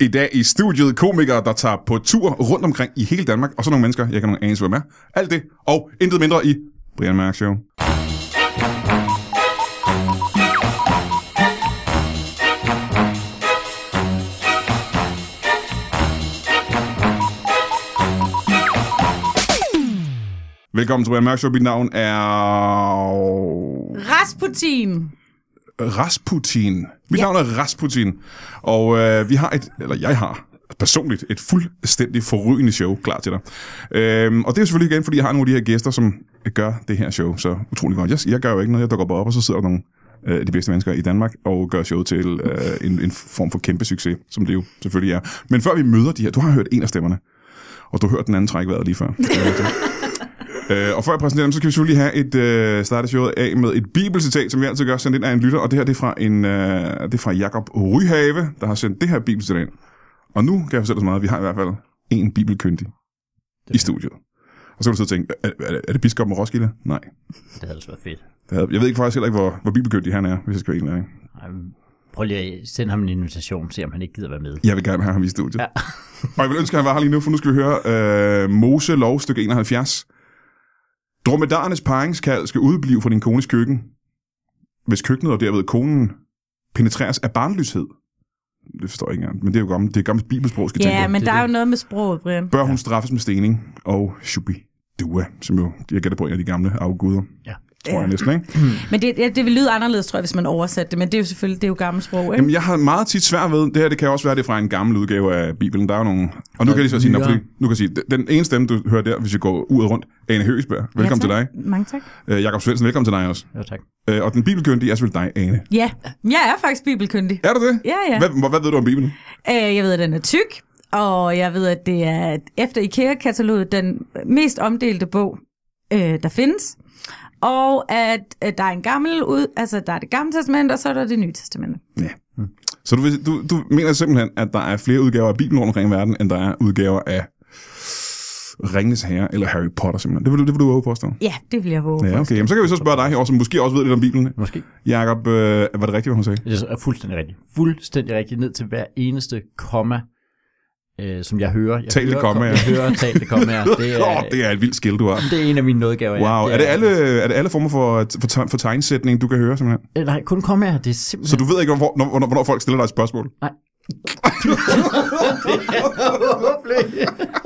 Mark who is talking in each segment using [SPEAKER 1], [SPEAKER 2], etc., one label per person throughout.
[SPEAKER 1] I dag i studiet komikere, der tager på tur rundt omkring i hele Danmark, og så nogle mennesker, jeg ikke har nogen anelse, hvem er. Alt det, og intet mindre i Brian Mærk Show. Velkommen til Brian Mærk Show. Mit navn er
[SPEAKER 2] Rasputin.
[SPEAKER 1] Rasputin. Mit ja.
[SPEAKER 2] Ja.
[SPEAKER 1] navn er Rasputin. Og øh, vi har et, eller jeg har personligt, et fuldstændig forrygende show klar til dig. Øhm, og det er selvfølgelig igen, fordi jeg har nogle af de her gæster, som gør det her show så utrolig godt. Jeg, jeg gør jo ikke noget, jeg dukker bare op, og så sidder der nogle øh, af de bedste mennesker i Danmark og gør showet til øh, en, en form for kæmpe succes, som det jo selvfølgelig er. Men før vi møder de her, du har hørt en af stemmerne, og du har hørt den anden trække vejret lige før. Øh, og før jeg præsenterer dem, så skal vi selvfølgelig have et øh, starte showet af med et bibelcitat, som vi altid gør sendt ind af en lytter. Og det her det er fra, en, øh, det er fra Jakob Ryhave, der har sendt det her bibelcitat ind. Og nu kan jeg fortælle dig så meget, at vi har i hvert fald en bibelkyndig i studiet. Og så kan du sidde og tænke, er, er, er det biskoppen af Roskilde? Nej.
[SPEAKER 3] Det havde også været fedt.
[SPEAKER 1] Jeg ved- Jeg ved ikke faktisk heller ikke, hvor, hvor bibelkyndig han er, hvis jeg skal være helt ærlig.
[SPEAKER 3] Ej, men Prøv lige at sende ham en invitation, se om han ikke gider være med.
[SPEAKER 1] Jeg vil gerne have ham i studiet. Ja. og jeg vil ønske, at han var her lige nu, for nu skal vi høre øh, Mose lov, stykke 71. Dromedarernes paringskald skal udblive fra din kones køkken, hvis køkkenet og derved konen penetreres af barnløshed. Det forstår jeg ikke engang, men det er jo gammelt, det er gammelt bibelsprog, skal jeg
[SPEAKER 2] Ja,
[SPEAKER 1] tænke på.
[SPEAKER 2] men
[SPEAKER 3] det
[SPEAKER 2] der
[SPEAKER 3] er
[SPEAKER 2] er jo noget med sproget, Brian.
[SPEAKER 1] Bør hun straffes med stening og shubi dua, som jo, jeg gætter på, er en af de gamle afguder,
[SPEAKER 3] Ja.
[SPEAKER 1] tror jeg næsten, ikke?
[SPEAKER 2] Men det, ja, det vil lyde anderledes, tror jeg, hvis man oversatte det, men det er jo selvfølgelig, det er jo gammelt sprog, ikke?
[SPEAKER 1] Jamen, jeg har meget tit svært ved, det her det kan også være, det er fra en gammel udgave af Bibelen. Der er jo nogle... Og nu kan jeg lige så sige, nå,
[SPEAKER 3] nyere.
[SPEAKER 1] fordi, nu kan jeg sige, den- den ene stemme, du hører der, hvis vi går uret rundt, Ane Høgsberg. Velkommen
[SPEAKER 2] ja,
[SPEAKER 1] til dig.
[SPEAKER 2] tak. Mange tak.
[SPEAKER 1] Øh, Jakob Svendsen, velkommen til dig også.
[SPEAKER 3] Jo, tak.
[SPEAKER 1] Øh, og den bibelkyndige er selvfølgelig dig, Ane.
[SPEAKER 2] Ja, jeg er faktisk bibelkyndig.
[SPEAKER 1] Er du det?
[SPEAKER 2] Ja, ja.
[SPEAKER 1] Hvad, hvad, hvad ved du om Bibelen?
[SPEAKER 2] Øh, Jeg ved, at den er tyk, og jeg ved, at det er efter IKEA-kataloget den mest omdelte bog, øh, der findes. Og at øh, der er en gammel ud, altså der er det gamle testament, og så er der det nye testament.
[SPEAKER 1] Ja. Så du, vil- du, du mener simpelthen, at der er flere udgaver af Bibelen rundt omkring i verden, end der er udgaver af Ringnes Herre eller Harry Potter simpelthen. Det vil, du- det vil du våge påstå.
[SPEAKER 2] Ja, det vil jeg våge.
[SPEAKER 1] Ja, okay. Jamen, så kan vi så spørge dig her, som måske også ved lidt om Bibelen.
[SPEAKER 3] Måske.
[SPEAKER 1] Jakob, øh, var det rigtigt, hvad hun sagde?
[SPEAKER 3] Det er så- er fuldstændig rigtigt. Fuldstændig rigtigt, ned til hver eneste komma, øh, som jeg hører. Jeg
[SPEAKER 1] Talte
[SPEAKER 3] hører,
[SPEAKER 1] kommaer.
[SPEAKER 3] Jeg hører talte kommaer. Det er,
[SPEAKER 1] Åh, det er et vildt skilt, du har.
[SPEAKER 3] det er en af mine nådegaver. ja.
[SPEAKER 1] Wow, er det alle, er det alle former for, for, te- for tegnsætning, du kan høre simpelthen?
[SPEAKER 3] Øh, Nej, kun kommaer. Det er
[SPEAKER 1] Så
[SPEAKER 3] simpelthen...
[SPEAKER 1] du ved ikke, hvornår, når- hvornår, hvornår folk stiller dig et spørgsmål?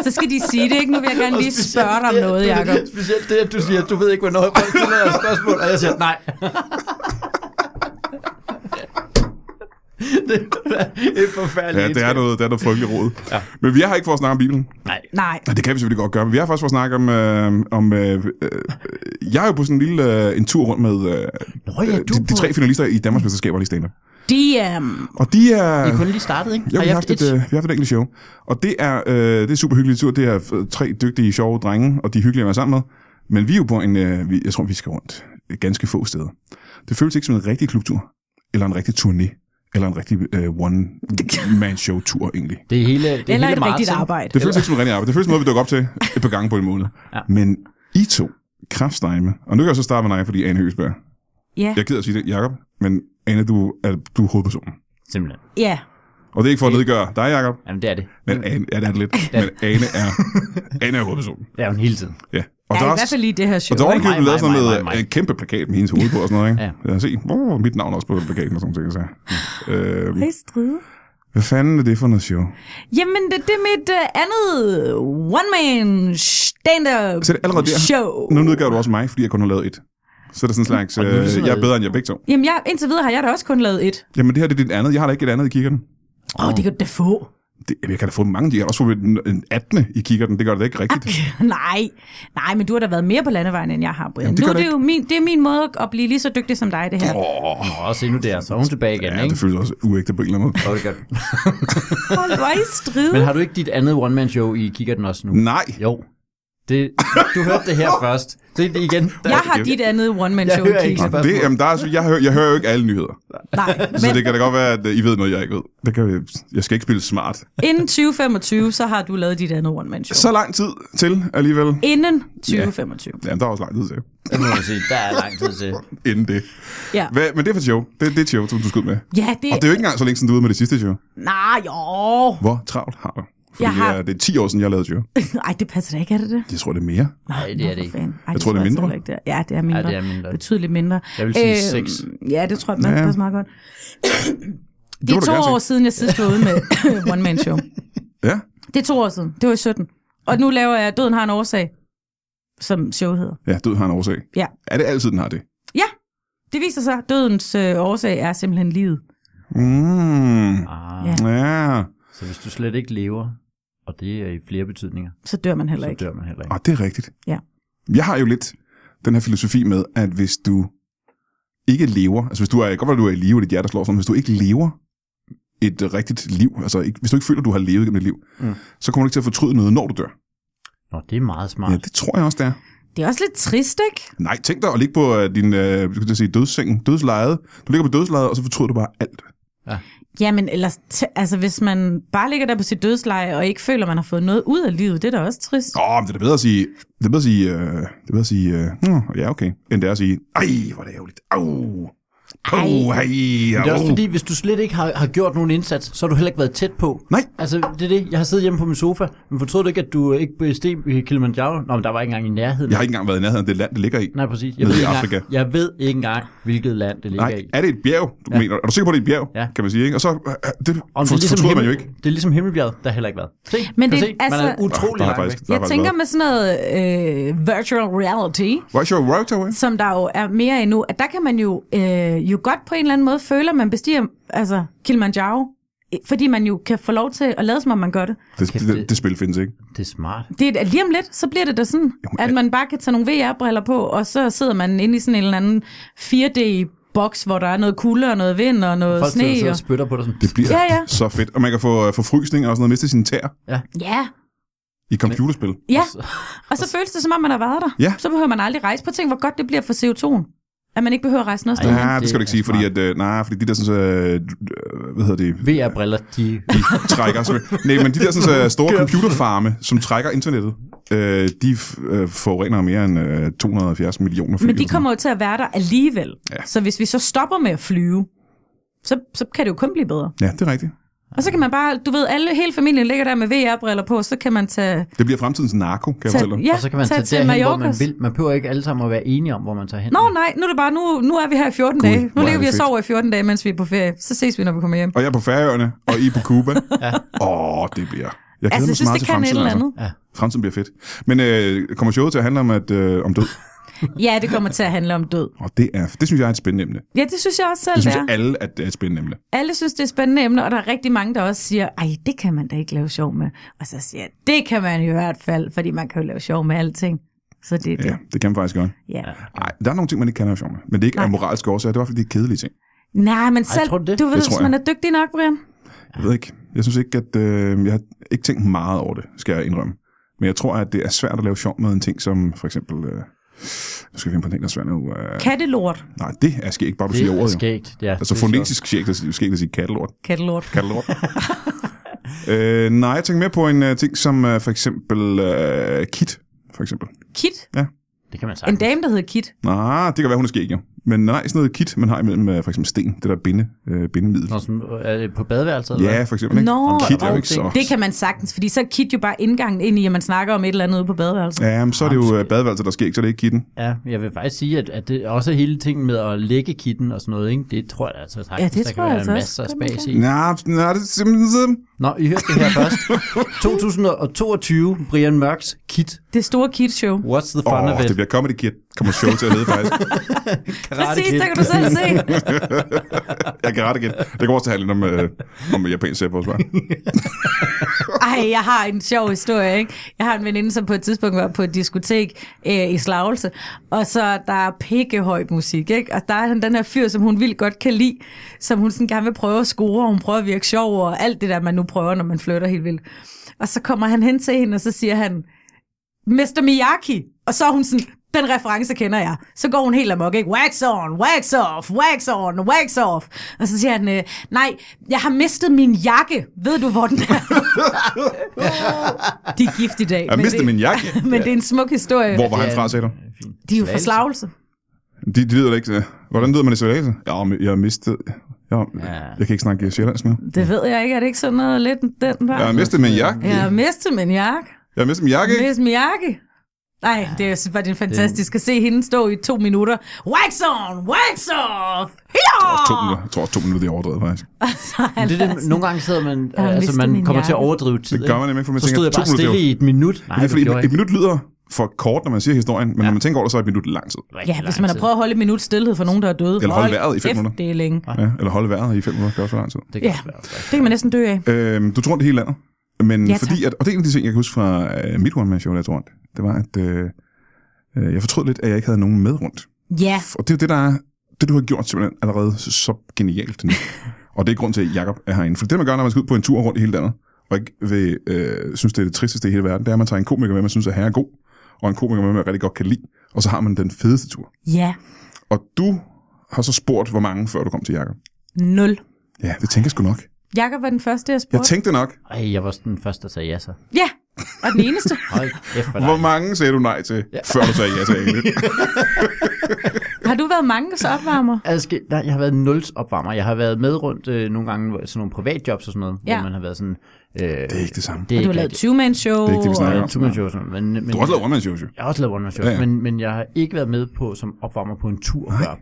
[SPEAKER 2] Så skal de sige det, ikke? Nu vil jeg gerne lige spørge dig om noget, Jacob.
[SPEAKER 3] Specielt det, at du siger, du ved ikke, hvornår jeg stiller dig spørgsmål, og jeg siger, nej. det er et forfærdeligt
[SPEAKER 1] Ja, det er noget, det er noget frygteligt råd. Ja. Men vi er her ikke for at snakke om Bibelen.
[SPEAKER 3] Nej,
[SPEAKER 2] Nej.
[SPEAKER 1] Og det kan vi selvfølgelig godt gøre, men vi er faktisk for at snakke om... Øh, om øh, øh, jeg er jo på sådan en lille øh, en tur rundt med øh,
[SPEAKER 3] Nå ja, du
[SPEAKER 1] de, de, tre
[SPEAKER 3] på-
[SPEAKER 1] finalister i Danmarks Mesterskaber i stand
[SPEAKER 2] De er... Um,
[SPEAKER 1] Og de er...
[SPEAKER 3] I kun lige startet, ikke?
[SPEAKER 1] Jo,
[SPEAKER 3] Har
[SPEAKER 1] vi
[SPEAKER 3] I
[SPEAKER 1] har, haft et,
[SPEAKER 3] et-
[SPEAKER 1] øh, vi har haft et enkelt show. Og det er, øh, det er super hyggeligt tur. Det er øh, tre dygtige, sjove drenge, og de er hyggelige at være sammen med. Men vi er jo på en, øh, vi, jeg tror, vi skal rundt ganske få steder. Det føles ikke som en rigtig klubtur, eller en rigtig turné, eller en rigtig øh, one-man-show-tur egentlig.
[SPEAKER 3] Det er hele, det er
[SPEAKER 2] eller
[SPEAKER 3] hele
[SPEAKER 2] et rigtigt
[SPEAKER 3] maraton.
[SPEAKER 2] arbejde.
[SPEAKER 1] Det føles ikke som en rigtig arbejde. Det føles som noget, vi dukker op til et par gange på en måned.
[SPEAKER 3] Ja.
[SPEAKER 1] Men I to, kraftstejme, og nu kan jeg så starte med dig, fordi Anne Høsberg.
[SPEAKER 2] Ja.
[SPEAKER 1] Jeg gider at sige det, Jacob, men Anne, du er, du er hovedpersonen.
[SPEAKER 3] Simpelthen.
[SPEAKER 2] ja.
[SPEAKER 1] Og det er ikke for at nedgøre dig, Jacob.
[SPEAKER 3] Jamen, det er det.
[SPEAKER 1] Men Ane, ja, det er det lidt. Men Ane er, Ane er hovedpersonen.
[SPEAKER 3] Det er hun hele tiden.
[SPEAKER 1] Ja.
[SPEAKER 2] Og
[SPEAKER 1] Og
[SPEAKER 2] ja,
[SPEAKER 1] der
[SPEAKER 2] i
[SPEAKER 1] er
[SPEAKER 2] hvert
[SPEAKER 1] også,
[SPEAKER 2] fald lige det her
[SPEAKER 1] og
[SPEAKER 2] show.
[SPEAKER 1] der er
[SPEAKER 2] ikke?
[SPEAKER 1] ovenikøbet
[SPEAKER 3] Mig,
[SPEAKER 1] lavet
[SPEAKER 3] mig,
[SPEAKER 1] sådan
[SPEAKER 3] mig,
[SPEAKER 1] noget,
[SPEAKER 3] mig, mig.
[SPEAKER 1] en kæmpe plakat med hendes hoved på og sådan noget, ikke?
[SPEAKER 3] Ja.
[SPEAKER 1] ja. se, oh, mit navn er også på plakaten og sådan noget, så. Øh,
[SPEAKER 2] Hey, stride.
[SPEAKER 1] hvad fanden er det for noget show?
[SPEAKER 2] Jamen, det, det er mit uh, andet øh, one-man stand-up
[SPEAKER 1] Så er det allerede der.
[SPEAKER 2] show.
[SPEAKER 1] Nu nedgav du også mig, fordi jeg kun har lavet et. Så er det sådan en slags, øh,
[SPEAKER 3] Og nu er det sådan
[SPEAKER 1] jeg er
[SPEAKER 3] noget-
[SPEAKER 1] bedre end jeg begge to.
[SPEAKER 2] Jamen, jeg, indtil videre har jeg da også kun lavet et.
[SPEAKER 1] Jamen det her det er dit andet, jeg har da ikke et andet i kikkerten.
[SPEAKER 2] Åh, oh, det kan du da få.
[SPEAKER 1] Det, jeg kan da få mange, jeg har også fået en- en 18. i kikkerten, det gør det da ikke rigtigt.
[SPEAKER 3] Ah.
[SPEAKER 2] Nej. Nej, men du har da været mere på landevejen, end jeg har, Brian.
[SPEAKER 1] Jamen, det
[SPEAKER 2] nu
[SPEAKER 1] gør
[SPEAKER 2] er
[SPEAKER 1] det
[SPEAKER 2] det jo min, det er min måde at blive lige så dygtig som dig, det her.
[SPEAKER 1] Åh,
[SPEAKER 3] Og se nu der, så er hun tilbage igen,
[SPEAKER 1] ja,
[SPEAKER 3] ikke?
[SPEAKER 1] det føles også uægte på en eller anden måde.
[SPEAKER 3] Åh, det er godt.
[SPEAKER 2] Hold dig i stride.
[SPEAKER 3] Men har du ikke dit andet one-man-show i Kikkerten også nu?
[SPEAKER 1] Nej,
[SPEAKER 3] Jo. Det, du hørte det her først. Det er det igen. Der,
[SPEAKER 2] Jeg har dit andet one-man-show,
[SPEAKER 3] Jeg hører
[SPEAKER 2] Kiki.
[SPEAKER 3] ikke
[SPEAKER 1] Nå, det, jamen, der er, jeg, hører, jeg hører jo ikke alle nyheder.
[SPEAKER 2] Nej,
[SPEAKER 1] Så
[SPEAKER 2] men
[SPEAKER 1] Altså, det kan da godt være, at øh, I ved noget, jeg ikke ved. Det kan, vi- jeg skal ikke spille smart.
[SPEAKER 2] inden 2025, så har du lavet dit andet one-man-show.
[SPEAKER 1] Så lang tid til alligevel.
[SPEAKER 2] Inden 2025.
[SPEAKER 1] Jamen, der er også lang tid til
[SPEAKER 3] det må man sige. Der er lang tid til.
[SPEAKER 1] inden det.
[SPEAKER 2] Ja,
[SPEAKER 1] Hvad, men det er for show. Det, det er show, som du skød med.
[SPEAKER 2] ja det,
[SPEAKER 1] Og det er jo ikke engang så længe siden, du er ude med det sidste show.
[SPEAKER 2] Nej, jo.
[SPEAKER 1] Hvor travlt har du? Fordi
[SPEAKER 2] Jeg har-
[SPEAKER 1] det er- det er 10 år siden, jeg lavede show.
[SPEAKER 2] Ej, det passer da ikke, er det det?
[SPEAKER 1] Jeg tror, det er mere.
[SPEAKER 3] Nej, det er det ikke.
[SPEAKER 2] Ej,
[SPEAKER 1] Jeg tror, det er mindre.
[SPEAKER 2] altså Ikke, det er. Ja, det er mindre.
[SPEAKER 3] det er mindre.
[SPEAKER 2] Betydeligt mindre. Øhm,
[SPEAKER 3] Jeg vil sige seks.
[SPEAKER 2] Ja, det tror jeg, man
[SPEAKER 1] Ja.
[SPEAKER 2] ja. passer meget godt. Det
[SPEAKER 1] må
[SPEAKER 2] er
[SPEAKER 1] du
[SPEAKER 2] to
[SPEAKER 1] gerne
[SPEAKER 2] år
[SPEAKER 1] se.
[SPEAKER 2] siden, jeg sidst var ude med One Man Show.
[SPEAKER 1] Ja,
[SPEAKER 2] Det er to år siden. Det var i 17. Og nu laver jeg Døden har en årsag, som show hedder.
[SPEAKER 1] ja død har en årsag.
[SPEAKER 2] Ja.
[SPEAKER 1] Er det altid, den har det?
[SPEAKER 2] Ja, det viser sig. Dødens øh, årsag er simpelthen livet.
[SPEAKER 1] Mm.
[SPEAKER 3] Ah,
[SPEAKER 2] Ja.
[SPEAKER 1] Ja.
[SPEAKER 3] Så hvis du slet ikke lever, og det er i flere betydninger,
[SPEAKER 2] Så dør man heller
[SPEAKER 3] så
[SPEAKER 2] ikke.
[SPEAKER 3] dør man heller ikke.
[SPEAKER 1] Og Ah, det er rigtigt.
[SPEAKER 2] Ja.
[SPEAKER 1] Jeg har jo lidt den her filosofi med, at hvis du ikke lever, altså hvis du er, godt være, du er i live, og dit hjerte slår sådan, men hvis du ikke lever et øh, rigtigt liv, altså ikke, hvis du ikke føler, du har levet gennem dit liv,
[SPEAKER 3] Mm.
[SPEAKER 1] mm. så kommer du ikke til at fortryde noget, når du dør.
[SPEAKER 3] Nå, det er meget smart.
[SPEAKER 1] Ja, det tror jeg også, det er.
[SPEAKER 2] Det er også lidt trist, ikke?
[SPEAKER 1] Nej, tænk dig at ligge på øh, din øh, skulle jeg til at sige, dødsseng, dødslejet. Du ligger på dødslejet, og så fortryder du bare alt.
[SPEAKER 2] Jamen, ellers, t- altså, hvis man bare ligger der på sit dødsleje, og ikke føler, man har fået noget ud af livet, det er da også trist.
[SPEAKER 1] Åh, oh, det er da bedre at sige, det er bedre at sige, øh, det er bedre at sige, øh, "Nå, ja, okay, end det er at sige, ej, hvor er det ærgerligt. Au. Au, hej,
[SPEAKER 3] Men det er også
[SPEAKER 1] au."
[SPEAKER 3] fordi, hvis du slet ikke har, har gjort nogen indsats, så har du heller ikke været tæt på.
[SPEAKER 1] Nej.
[SPEAKER 3] Altså, det er det. Jeg har siddet hjemme på min sofa, men fortrød du ikke, at du øh, ikke besteg i Kilimanjaro? Nå, men der var ikke engang i nærheden.
[SPEAKER 1] Jeg har ikke engang været i nærheden af det land, det ligger i.
[SPEAKER 3] Nej, præcis. Jeg
[SPEAKER 1] Nede
[SPEAKER 3] ved,
[SPEAKER 1] i
[SPEAKER 3] ikke
[SPEAKER 1] Afrika.
[SPEAKER 3] engang, jeg ved ikke engang, hvilket land det ligger
[SPEAKER 1] Nej,
[SPEAKER 3] i.
[SPEAKER 1] er det et bjerg, du ja. mener? Er du sikker på, at det er et bjerg,
[SPEAKER 3] Ja.
[SPEAKER 1] ja. kan man sige? Ikke? Og så øh, øh, det,
[SPEAKER 3] Om
[SPEAKER 1] for,
[SPEAKER 3] det er ligesom
[SPEAKER 1] fortryder man jo
[SPEAKER 3] himmel-
[SPEAKER 1] ikke.
[SPEAKER 3] Det er ligesom himmelbjerget, der heller ikke været. Se,
[SPEAKER 2] Men
[SPEAKER 3] kan
[SPEAKER 2] det-
[SPEAKER 3] du se? man er
[SPEAKER 2] altså-
[SPEAKER 3] utrolig
[SPEAKER 1] Der har
[SPEAKER 3] langt
[SPEAKER 1] faktisk,
[SPEAKER 3] væk.
[SPEAKER 1] der
[SPEAKER 2] Jeg
[SPEAKER 1] har
[SPEAKER 2] tænker
[SPEAKER 1] Været.
[SPEAKER 2] med sådan noget øh, virtual reality,
[SPEAKER 1] What's your route away?
[SPEAKER 2] som der jo er mere endnu, at der kan man jo, øh, jo godt på en eller anden måde føle, at man bestiger altså Kilimanjaro, øh, fordi man jo kan få lov til at lade som om, man gør det.
[SPEAKER 1] Det,
[SPEAKER 3] Kæft,
[SPEAKER 1] det,
[SPEAKER 3] det-
[SPEAKER 1] det, spil findes ikke.
[SPEAKER 3] Det er smart.
[SPEAKER 2] det er, lige om lidt, så bliver det da sådan, at man bare kan tage nogle VR-briller på, og så sidder man inde i sådan en eller anden 4D-boks, hvor der er noget kulde og noget vind og noget
[SPEAKER 3] Folk sidder
[SPEAKER 2] sne. Og...
[SPEAKER 3] sidder og spytter på dig sådan.
[SPEAKER 1] Det bliver
[SPEAKER 2] Ja, ja.
[SPEAKER 1] så fedt. Og man kan få øh, forfrysning og sådan noget, miste sin tær
[SPEAKER 2] Ja,
[SPEAKER 1] i computerspil.
[SPEAKER 2] ja. Og så føles det, som om man har været der.
[SPEAKER 1] Ja.
[SPEAKER 2] Så behøver man aldrig rejse på ting, hvor godt det bliver for CO2'en. At man ikke behøver at rejse noget sted.
[SPEAKER 3] Ej.
[SPEAKER 2] hen.
[SPEAKER 1] Ja, det skal du ikke
[SPEAKER 3] det
[SPEAKER 1] sige,
[SPEAKER 3] er
[SPEAKER 1] fordi, at, øh, nej, fordi de der sådan, så, øh, øh, hvad hedder det,
[SPEAKER 3] VR-briller, de...
[SPEAKER 1] de trækker. Så, nej, men de der sådan, så øh, store computerfarme, som trækker internettet, øh, de øh, forurener mere end øh, 270 millioner fly.
[SPEAKER 2] Men de
[SPEAKER 1] eller sådan
[SPEAKER 2] kommer jo til at være der alligevel.
[SPEAKER 1] Ja.
[SPEAKER 2] Så hvis vi så stopper med at flyve, så, så kan det jo kun blive bedre.
[SPEAKER 1] noget. Ja, det er rigtigt.
[SPEAKER 2] Og så kan man bare, du ved, alle, hele familien ligger der med VR-briller på, så kan man tage...
[SPEAKER 1] Det bliver fremtidens narko, kan jeg
[SPEAKER 2] tage
[SPEAKER 1] fortælle dig.
[SPEAKER 2] ja,
[SPEAKER 3] Og så kan man tage,
[SPEAKER 2] til
[SPEAKER 3] derhen, hvor man
[SPEAKER 2] Mallorcas.
[SPEAKER 3] vil. Man behøver ikke alle sammen at være enige om, hvor man tager hen.
[SPEAKER 2] Nå nej, nu er, det bare, nu, nu er vi her i 14
[SPEAKER 1] Gud,
[SPEAKER 2] dage.
[SPEAKER 1] hvor
[SPEAKER 2] Nu
[SPEAKER 1] er
[SPEAKER 2] lever
[SPEAKER 1] det
[SPEAKER 2] vi og
[SPEAKER 1] fedt.
[SPEAKER 2] sover i 14 dage, mens vi er på ferie. Så ses vi, når vi kommer hjem.
[SPEAKER 1] og jeg er på Færøerne, og I er på Cuba. ja. Åh, det bliver... Jeg glæder
[SPEAKER 2] Altså,
[SPEAKER 1] mig
[SPEAKER 2] jeg
[SPEAKER 1] så
[SPEAKER 2] synes,
[SPEAKER 1] meget
[SPEAKER 2] det
[SPEAKER 1] til
[SPEAKER 2] kan et
[SPEAKER 1] fremtiden,
[SPEAKER 2] eller
[SPEAKER 1] altså.
[SPEAKER 2] andet.
[SPEAKER 1] Fremtiden bliver fedt. Men øh, kommer showet til at handle om, at, øh, om død?
[SPEAKER 2] Ja, det kommer til at handle om død.
[SPEAKER 1] Og det, er, det synes jeg er et spændende emne.
[SPEAKER 2] Ja, det synes jeg også selv,
[SPEAKER 1] Det synes
[SPEAKER 2] det
[SPEAKER 1] jeg
[SPEAKER 2] er.
[SPEAKER 1] alle, at det er et spændende emne.
[SPEAKER 2] Alle synes, det er et spændende emne, og der er rigtig mange, der også siger, ej, det kan man da ikke lave sjov med. Og så siger jeg, det kan man i hvert fald, fordi man kan jo lave sjov med alting. Så det er det.
[SPEAKER 1] Ja, det kan man faktisk godt.
[SPEAKER 2] Ja.
[SPEAKER 1] Nej, der er nogle ting, man ikke kan have sjov med. Men det er ikke af moralske årsager. Det er i hvert fald de kedelige ting.
[SPEAKER 2] Nej, men selv,
[SPEAKER 3] tror du det?
[SPEAKER 2] du ved,
[SPEAKER 1] Det
[SPEAKER 2] hvis
[SPEAKER 1] tror jeg.
[SPEAKER 2] man er dygtig nok, Brian.
[SPEAKER 1] Jeg ved ikke. Jeg synes ikke, at... Øh, jeg har ikke tænkt meget over det, skal jeg indrømme. Men jeg tror, at det er svært at lave sjov med en ting som for eksempel... Øh, nu skal vi finde på en ting, der er svært nu. Øh,
[SPEAKER 2] Kattelort.
[SPEAKER 1] nej, det er sker ikke bare, du
[SPEAKER 3] Det
[SPEAKER 1] siger
[SPEAKER 3] er
[SPEAKER 1] ordet. jo.
[SPEAKER 3] skægt. Ja,
[SPEAKER 1] Altså
[SPEAKER 3] det er sjovt.
[SPEAKER 1] fonetisk sker ikke, der sker ikke at sige kattelort.
[SPEAKER 2] Kattelort.
[SPEAKER 1] kattelort. øh, nej, jeg tænker mere på en uh, ting som uh, for eksempel uh, Kit, for eksempel.
[SPEAKER 2] Kit.
[SPEAKER 3] Det kan man
[SPEAKER 2] En
[SPEAKER 3] sagtens.
[SPEAKER 2] dame, der hedder Kit.
[SPEAKER 1] Nej, det kan være, hun er skæg, jo. Men nej, sådan noget kit, man har imellem uh, for eksempel sten, det der binde, uh, bindemiddel.
[SPEAKER 3] Nå, sådan, øh, er det på badeværelset? eller
[SPEAKER 1] ja,
[SPEAKER 3] hvad?
[SPEAKER 1] for eksempel, ikke?
[SPEAKER 2] Nå,
[SPEAKER 1] Og kit er jo
[SPEAKER 2] og
[SPEAKER 1] ikke så...
[SPEAKER 2] Det kan man sagtens, fordi så er kit jo bare indgangen ind i, at man snakker om et eller andet ude på badeværelset.
[SPEAKER 1] Ja, men så er det jo uh, badeværelset, der sker ikke, så det er ikke kitten.
[SPEAKER 3] Ja, jeg vil faktisk sige, at, at det også hele ting med at lægge kitten og sådan noget, ikke? det tror jeg altså sagtens,
[SPEAKER 2] Ja, det
[SPEAKER 3] der
[SPEAKER 2] tror
[SPEAKER 3] kan
[SPEAKER 2] jeg
[SPEAKER 3] være
[SPEAKER 2] altså også,
[SPEAKER 3] masser af
[SPEAKER 2] det man
[SPEAKER 3] spas
[SPEAKER 2] kan.
[SPEAKER 3] i.
[SPEAKER 1] Nej, nej, det er simpelthen...
[SPEAKER 3] Nå, I hørte det her først. 2022, Brian Mørks Kit.
[SPEAKER 2] Det store kit-show.
[SPEAKER 3] What's the fun
[SPEAKER 1] Åh,
[SPEAKER 3] of
[SPEAKER 1] oh,
[SPEAKER 3] it?
[SPEAKER 1] det bliver comedy kit. Kommer show til at hedde, faktisk.
[SPEAKER 3] Karate
[SPEAKER 2] Præcis,
[SPEAKER 3] Kid.
[SPEAKER 2] der kan du selv se.
[SPEAKER 1] Jeg kan rette igen. Det kan også handle lidt om, uh, om japansk selvforsvar.
[SPEAKER 2] Ej, jeg har en sjov historie, ikke? Jeg har en veninde, som på et tidspunkt var på et diskotek øh, i Slagelse, og så der er pikkehøj musik, ikke? Og der er sådan den her fyr, som hun vildt godt kan lide, som hun sådan gerne vil prøve at score, og hun prøver at virke sjov, og alt det der, man nu prøver, når man flytter helt vildt. Og så kommer han hen til hende, og så siger han, Mr. Miyagi. Og så er hun sådan, den reference kender jeg. Så går hun helt amok, ikke? Wax on, wax off, wax on, wax off. Og så siger han, øh, nej, jeg har mistet min jakke. Ved du, hvor den er? De er gift i dag.
[SPEAKER 1] Jeg
[SPEAKER 2] men
[SPEAKER 1] mistede
[SPEAKER 2] det-
[SPEAKER 1] min jakke.
[SPEAKER 2] Men det er en smuk historie.
[SPEAKER 1] Hvor var han
[SPEAKER 3] Ja,
[SPEAKER 1] fra, sagde du?
[SPEAKER 3] fint.
[SPEAKER 2] De er jo fra
[SPEAKER 3] Slagelse.
[SPEAKER 2] slagelse.
[SPEAKER 1] De, de lyder da ikke... øh, Hvordan lyder man i Sverige? Ja, men jeg mistede... Jeg,
[SPEAKER 3] Ja.
[SPEAKER 1] jeg kan ikke snakke sjællandsk nu.
[SPEAKER 2] Det ved jeg ikke. Er det ikke sådan noget lidt den der?
[SPEAKER 1] Jeg har mistet min jakke.
[SPEAKER 2] Jeg har mistet min jakke.
[SPEAKER 1] Jeg har mistet min jakke.
[SPEAKER 2] Miss Miyagi. Nej, det er jo bare det er fantastisk at se hende stå i to minutter. Wax on, wax off,
[SPEAKER 1] Og to minutter.
[SPEAKER 2] her!
[SPEAKER 1] Jeg tror også, to minutter det er overdrevet, faktisk.
[SPEAKER 3] Men det er det, nogle gange sidder man,
[SPEAKER 2] har
[SPEAKER 3] altså
[SPEAKER 2] mistet
[SPEAKER 3] man
[SPEAKER 2] min
[SPEAKER 3] kommer
[SPEAKER 2] jakke.
[SPEAKER 3] til at overdrive tid.
[SPEAKER 1] Det gør
[SPEAKER 3] ikke?
[SPEAKER 1] man nemlig, for man
[SPEAKER 3] Så
[SPEAKER 1] tænker,
[SPEAKER 3] stod jeg
[SPEAKER 1] to
[SPEAKER 3] bare
[SPEAKER 1] minutter, det
[SPEAKER 3] stille
[SPEAKER 1] er
[SPEAKER 3] i et minut. Nej,
[SPEAKER 1] Det er
[SPEAKER 3] det
[SPEAKER 1] fordi,
[SPEAKER 3] gjorde
[SPEAKER 1] et,
[SPEAKER 3] jeg
[SPEAKER 1] et
[SPEAKER 3] ikke.
[SPEAKER 1] minut lyder for kort, når man siger historien, men når man tænker over det, så er et minut lang tid.
[SPEAKER 3] Rigtig
[SPEAKER 2] Ja,
[SPEAKER 3] lang
[SPEAKER 2] hvis man har
[SPEAKER 3] tid.
[SPEAKER 2] prøvet at holde et minut stillhed for nogen, der er døde.
[SPEAKER 1] Eller holde vejret i fem minutter.
[SPEAKER 2] Det er længe.
[SPEAKER 1] Ja, eller holde vejret i fem minutter, gør også for lang tid.
[SPEAKER 3] Det kan
[SPEAKER 2] Ja.
[SPEAKER 3] også være.
[SPEAKER 2] Det kan man næsten dø af.
[SPEAKER 1] Øhm, du tror rundt i hele landet. Men
[SPEAKER 2] Ja,
[SPEAKER 1] ja,
[SPEAKER 2] tak.
[SPEAKER 1] fordi, at, og det er en af de ting, jeg kan huske fra øh, mit one man show, der jeg tog rundt, det var, at øh, øh, jeg fortrød lidt, at jeg ikke havde nogen med rundt.
[SPEAKER 2] Ja,
[SPEAKER 1] Og det er jo det, der er, det du har gjort simpelthen allerede så, så genialt nu. og det er grund til, at Jacob er herinde. For det, man gør, når man skal ud på en tur rundt i hele landet, og ikke vil, øh, synes, det er det tristeste i hele verden, det er, at man tager en komiker med, man synes, at her er god, og en komiker med, man rigtig godt kan lide, og så har man den fedeste tur.
[SPEAKER 2] ja,
[SPEAKER 1] Og du har så spurgt, hvor mange, før du kom til Jacob.
[SPEAKER 2] nul.
[SPEAKER 1] Ja, det tænker jeg sgu nok.
[SPEAKER 2] Jakob var den første, jeg
[SPEAKER 1] Jeg
[SPEAKER 2] spurgte.
[SPEAKER 1] tænkte nok.
[SPEAKER 3] Ej, jeg var sådan den første, der sagde ja så.
[SPEAKER 2] Ja, og den eneste.
[SPEAKER 3] Hold kæft, hvor
[SPEAKER 1] Hvor
[SPEAKER 3] dejligt.
[SPEAKER 1] mange sagde du nej til, ja. før du sagde ja til Agnes?
[SPEAKER 2] Har du været mange så opvarmer?
[SPEAKER 3] Adskil, nej, jeg har været nuls opvarmer. Jeg har været med rundt øh, nogle gange, hvor- sådan nogle privatjobs og sådan noget,
[SPEAKER 2] Ja.
[SPEAKER 3] hvor man har været sådan... Øh, det er
[SPEAKER 1] Det er ikke det samme.
[SPEAKER 3] Det
[SPEAKER 2] Og du har lavet 20-man show.
[SPEAKER 1] Det er ikke det, vi snakker om.
[SPEAKER 3] two man show og sådan noget. Men, men,
[SPEAKER 1] Du har også lavet one man shows, jo.
[SPEAKER 3] Jeg har også lavet one show,
[SPEAKER 1] Ja,
[SPEAKER 3] ja,
[SPEAKER 1] ja.
[SPEAKER 3] ja. Men, men jeg har ikke været med på som opvarmer på en tur før.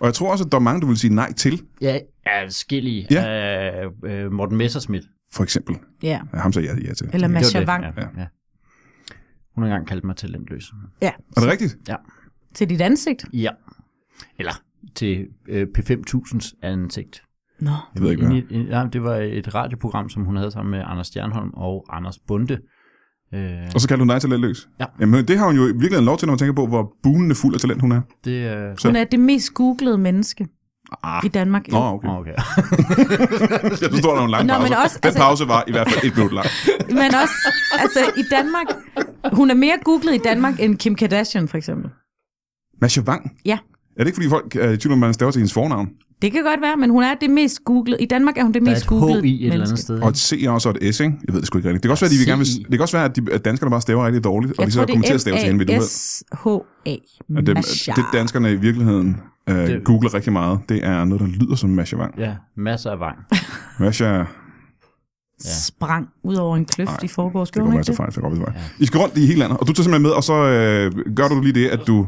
[SPEAKER 1] Og jeg tror også, at der er mange, du vil sige nej til,
[SPEAKER 3] Jeg er adskillige.
[SPEAKER 1] Ja.
[SPEAKER 3] Øh, øh, Morten Messerschmidt.
[SPEAKER 1] for eksempel.
[SPEAKER 2] Ja,
[SPEAKER 1] Ja, ham sagde jeg ja til.
[SPEAKER 2] eller
[SPEAKER 3] Det var
[SPEAKER 2] Masha
[SPEAKER 3] det,
[SPEAKER 2] Wang.
[SPEAKER 3] Ja, ja. Hun har engang kaldt mig talentløs.
[SPEAKER 2] Ja,
[SPEAKER 1] Er det rigtigt?
[SPEAKER 3] Ja.
[SPEAKER 2] til dit ansigt.
[SPEAKER 3] Ja. Eller til øh, P5000's ansigt.
[SPEAKER 2] Nå,
[SPEAKER 1] Jeg ved ikke, hvad.
[SPEAKER 3] Inde i- i- nej, det var et radioprogram, som hun havde sammen med Anders Stjernholm og Anders Bunde. Øh,
[SPEAKER 1] Og så kalder du nej til løs.
[SPEAKER 3] Ja.
[SPEAKER 1] Jamen, det har hun jo i virkeligheden lov til, når man tænker på, hvor bunende fuld af talent hun er.
[SPEAKER 3] det øh,
[SPEAKER 2] hun er det mest googlede menneske
[SPEAKER 1] Ah.
[SPEAKER 2] i Danmark.
[SPEAKER 1] Nå, okay.
[SPEAKER 3] åh, okay.
[SPEAKER 1] Jeg forstår, der var en lang
[SPEAKER 2] Nå,
[SPEAKER 1] pause.
[SPEAKER 2] men også-
[SPEAKER 1] Den
[SPEAKER 2] altså-
[SPEAKER 1] pause var i hvert fald et minut lang.
[SPEAKER 2] Men også, altså i Danmark, hun er mere googlet i Danmark end Kim Kardashian for eksempel.
[SPEAKER 1] Masha Wang.
[SPEAKER 2] Ja,
[SPEAKER 1] Er det ikke, fordi folk er i tvivl om, man staver til hendes fornavn?
[SPEAKER 2] det kan godt være, men hun er det mest googlede. I Danmark er hun det
[SPEAKER 3] Der er
[SPEAKER 2] mest googlede
[SPEAKER 3] et H i et eller
[SPEAKER 2] menneske.
[SPEAKER 3] andet sted.
[SPEAKER 1] Og et C er også og et S, ikke? Jeg ved det sgu ikke rigtigt. Det kan også være, at, de vil gerne vil,
[SPEAKER 3] C.
[SPEAKER 1] det kan også være, at, de, at danskerne bare staver rigtig dårligt, og
[SPEAKER 2] Jeg
[SPEAKER 1] de så
[SPEAKER 2] tror,
[SPEAKER 1] kommer til at
[SPEAKER 2] det
[SPEAKER 1] stave til hende, ved du
[SPEAKER 2] er
[SPEAKER 1] ved.
[SPEAKER 2] M-A-S-H-A.
[SPEAKER 1] At det,
[SPEAKER 2] Masha.
[SPEAKER 1] det danskerne i virkeligheden øh,
[SPEAKER 3] Det-
[SPEAKER 1] googler rigtig meget, det er noget, der lyder som Masha Wang.
[SPEAKER 3] Ja, masser af vang.
[SPEAKER 1] Masha, det
[SPEAKER 2] Sprang ud over en kløft i forgårs.
[SPEAKER 1] kan godt
[SPEAKER 2] Gjorde hun
[SPEAKER 1] være,
[SPEAKER 2] ikke
[SPEAKER 1] så
[SPEAKER 2] det?
[SPEAKER 1] fejl, så godt ja. I skal rundt i hele landet, og du tager simpelthen med, og så øh, gør du lige det, at du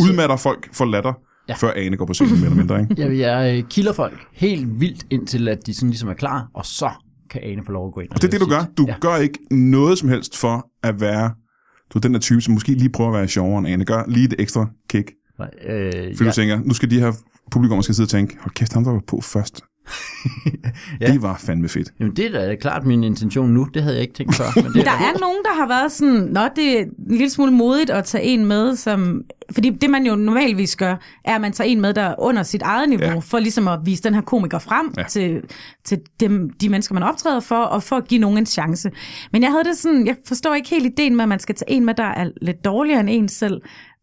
[SPEAKER 1] udmatter folk for latter, ja.
[SPEAKER 3] Ja.
[SPEAKER 1] før Ane går på scenen, mere eller mindre, ikke?
[SPEAKER 3] Jeg, jeg øh, kilder folk helt vildt, indtil at de sådan ligesom er klar, og så kan Ane få lov at gå ind.
[SPEAKER 1] Og det er det, du gør. Du ja. gør ikke noget som helst for at være du er den der type, som måske lige prøver at være sjovere end Ane. Gør lige det ekstra kick,
[SPEAKER 3] Nej, Øh,
[SPEAKER 1] fordi ja.
[SPEAKER 3] jeg,
[SPEAKER 1] du tænker, nu skal de her publikum skal sidde og tænke, hold kæft, ham der var på først. ja.
[SPEAKER 3] Ja.
[SPEAKER 1] Det var fandme fedt.
[SPEAKER 3] jamen, det er da klart min intention nu. Det havde jeg ikke tænkt før. Men det
[SPEAKER 2] Der er nogen, der har været sådan, nå, det er en lille smule modigt at tage en med, som... Fordi det, man jo normalvis gør, er, at man tager en med, der er under sit eget niveau,
[SPEAKER 1] Ja.
[SPEAKER 2] ja. for ligesom at vise den her komiker frem
[SPEAKER 1] Ja.
[SPEAKER 2] ja. til, til dem, de mennesker, man optræder for, og for at give nogen en chance. Men jeg havde det sådan, jeg forstår ikke helt ideen med, at man skal tage en med, der er lidt dårligere end en selv,